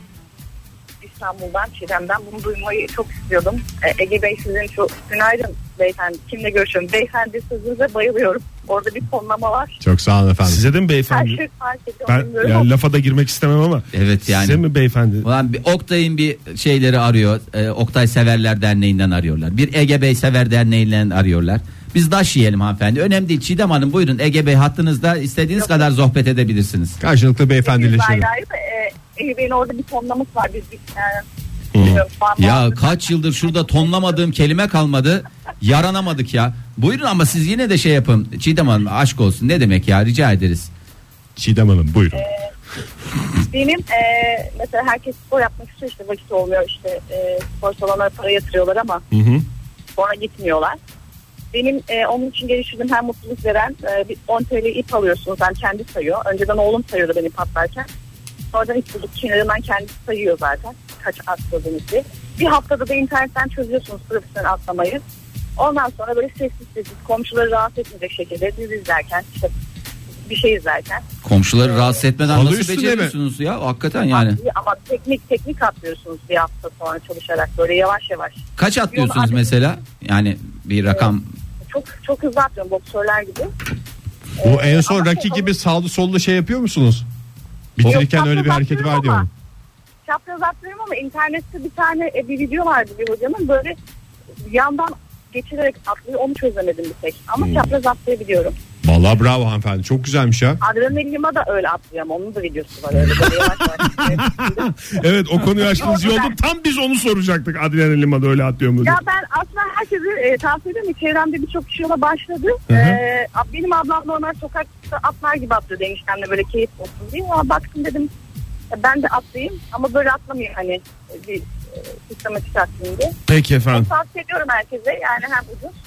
İstanbul'dan Çiğdem'den bunu duymayı çok istiyordum. Ee, Ege Bey sizin şu günaydın beyefendi kimle görüşüyorum? Beyefendi sözünüze bayılıyorum. Orada bir fonlama var.
Çok sağ olun efendim.
Size de mi
Her
beyefendi?
şey fark ediyor.
Ben
bilmiyorum ama
yani lafa da girmek istemem ama.
Evet yani.
Size mi beyefendi?
Ulan bir Oktay'ın bir şeyleri arıyor. E, Oktay Severler Derneği'nden arıyorlar. Bir Ege Bey Sever Derneği'nden arıyorlar. Biz daş yiyelim hanımefendi. Önemli değil. Çiğdem Hanım buyurun Ege Bey hattınızda istediğiniz kadar sohbet edebilirsiniz.
Karşılıklı
biz
beyefendileşelim.
ayrı ayrı da, e, Ege Bey'in orada bir fonlaması var. Biz bir- yani, bilmiyorum, fonlama-
Ya kaç yıldır şurada tonlamadığım kelime kalmadı. Yaranamadık ya. Buyurun ama siz yine de şey yapın. Çiğdem Hanım aşk olsun. Ne demek ya rica ederiz.
Çiğdem Hanım buyurun.
Benim e, mesela herkes spor yapmak istiyor işte vakit olmuyor işte e, spor salonlarına para yatırıyorlar ama sonra gitmiyorlar. Benim e, onun için geliştirdiğim her mutluluk veren e, bir 10 TL ip alıyorsunuz. Yani kendi sayıyor. Önceden oğlum sayıyordu beni patlarken. Sonradan ip bulduk. Kenarından kendisi sayıyor zaten. Kaç atladınız diye. Bir haftada da internetten çözüyorsunuz profesyonel atlamayı. Ondan sonra böyle sessiz sessiz komşuları rahatsız etmeyecek şekilde dizi izlerken işte bir şey izlerken
Komşuları rahatsız etmeden
Halı
nasıl
üstüne
beceriyorsunuz ya? Hakikaten yani.
İyi Ama teknik teknik atlıyorsunuz bir hafta sonra çalışarak böyle yavaş yavaş.
Kaç
Yol
atlıyorsunuz
adet-
mesela? Yani bir rakam.
Çok çok hızlı atlıyorum boksörler gibi.
Bu en son
ama-
Rocky gibi sağlı sollu şey yapıyor musunuz? Bitirirken
Yok,
öyle bir
çapraz
hareket
atlıyorum
var diyorum.
ama- Çapraz atlıyorum ama internette bir tane e, bir video vardı bir hocanın böyle yandan geçirerek atlıyor onu çözemedim bir tek. Ama
Hmm.
çapraz atlayabiliyorum.
Vallahi bravo hanımefendi. Çok güzelmiş ya.
Adrenalinime de öyle atlıyorum onun da videosu var öyle böyle yavaş yavaş.
Evet o konuyu açtınız iyi oldu. Tam biz onu soracaktık. Adrian Lima'da öyle atlıyor mu? diye.
Ya ben aslında herkese e, tavsiye ediyorum. ki Çevremde birçok kişi ona başladı. E, ab- benim ablam normal sokakta atlar gibi atlıyor eniştemle böyle keyif olsun diye. Ama baktım dedim e, ben de atlayayım ama böyle atlamayayım hani e, bir e, sistematik atlayayım diye.
Peki efendim.
Tavsiye ediyorum herkese yani hem ucuz.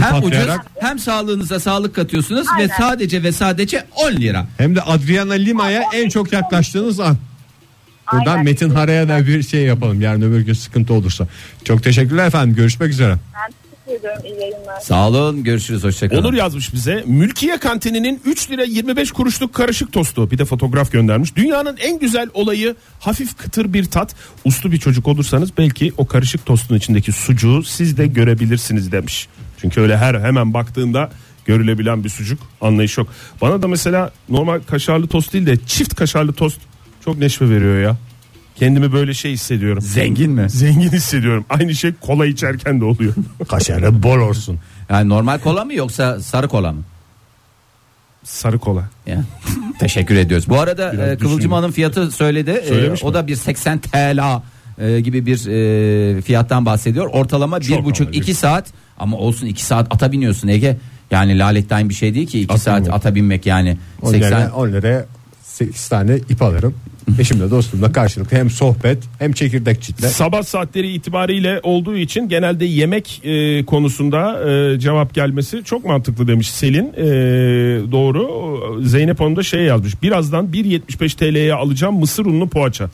Hem ucuz
atlayarak-
hem sağlığınıza sağlık katıyorsunuz ve
Aynen.
sadece ve sadece 10 lira.
Hem de Adriana Lima'ya en çok yaklaştığınız an. Buradan
Aynen.
Metin Hara'ya da bir şey yapalım. Yarın öbür gün sıkıntı olursa. Çok teşekkürler efendim. Görüşmek üzere.
Ben teşekkür ediyorum iyi yayınlar.
Sağ olun görüşürüz hoşçakalın.
Onur yazmış bize Mülkiye kantininin 3 lira 25 kuruşluk karışık tostu bir de fotoğraf göndermiş. Dünyanın en güzel olayı hafif kıtır bir tat. Uslu bir çocuk olursanız belki o karışık tostun içindeki sucuğu siz de görebilirsiniz demiş. Çünkü öyle her hemen baktığında görülebilen bir sucuk anlayış yok. Bana da mesela normal kaşarlı tost değil de çift kaşarlı tost çok neşve veriyor ya. Kendimi böyle şey hissediyorum.
Zengin mi?
Zengin hissediyorum. Aynı şey kola içerken de oluyor.
Kaşarı bol olsun.
Yani normal kola mı yoksa sarı kola mı?
Sarı kola.
Ya. Teşekkür ediyoruz. Bu arada
Biraz
e, Kıvılcım
düşündüm.
Hanım fiyatı söyledi. E,
Söylemiş
o
mi?
da bir 80 TL e, gibi bir e, fiyattan bahsediyor. Ortalama bir buçuk
normal,
iki saat ama olsun iki saat ata biniyorsun Ege. Yani laletten bir şey değil ki iki saat
binmek.
ata binmek yani.
10 liraya,
80
on liraya 8 tane ip alırım. Eşimle dostumla karşılıklı hem sohbet hem çekirdek çitle.
Sabah saatleri itibariyle olduğu için genelde yemek e, konusunda e, cevap gelmesi çok mantıklı demiş Selin. E, doğru. Zeynep Hanım da şey yazmış. Birazdan 1.75 TL'ye alacağım mısır unlu poğaça.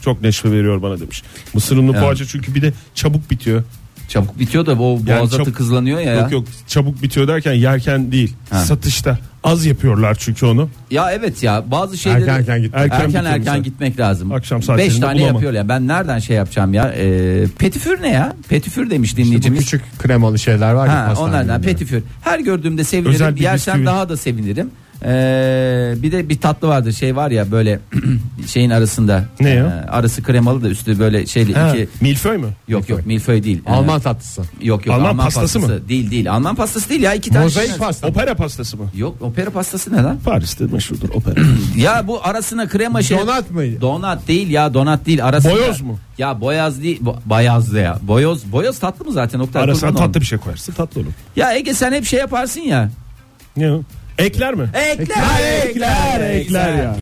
Çok neşve veriyor bana demiş. Mısır unlu
Yani.
poğaça çünkü bir de çabuk bitiyor.
çabuk bitiyor da bu
Yani
boğazda
çabuk-
tıkızlanıyor ya.
Yok yok çabuk bitiyor derken yerken değil.
Ha.
Satışta az yapıyorlar çünkü onu.
Ya evet ya bazı şeyleri
Erken erken gitmek.
Erken
erken erken,
bitiyor mesela.
gitmek lazım.
Akşam
5
saatlerinde
tane
bulamam.
yapıyor ya. Ben nereden şey yapacağım ya? E, petifür ne ya? Petifür demiş
İşte bu
dinleyicimiz.
küçük kremalı şeyler var ya
Ha,
pastane
onlardan
ürünleri.
petifür. Her gördüğümde sevinirim.
Özel bir
Yersen
bisküvi.
daha da sevinirim. Ee, bir de bir tatlı vardır şey var ya böyle şeyin arasında.
Ne ya?
Ee, arası kremalı da üstü böyle şeyli
Ha,
iki.
Milföy mü?
Yok yok milföy değil. Ee,
Alman tatlısı.
Yok yok
Alman
Alman,
pastası
pastası,
mı?
değil değil. Alman pastası değil ya iki tane.
Mozaik
şey-
pasta.
Opera pastası mı?
Yok opera pastası ne lan?
Paris'te meşhurdur opera.
Ya bu arasına krema şey.
Donat mıydı?
Donat değil ya donat değil arasına.
Boyoz mu?
Ya boyaz değil bo- bayazdı ya. Boyoz boyoz tatlı mı zaten Oktay?
Arasına
Kurban
tatlı
olun.
bir şey koyarsın tatlı olur.
Ya Ege sen hep şey yaparsın ya.
Ne o? Ekler mi?
Ekler ekler
ekler ya.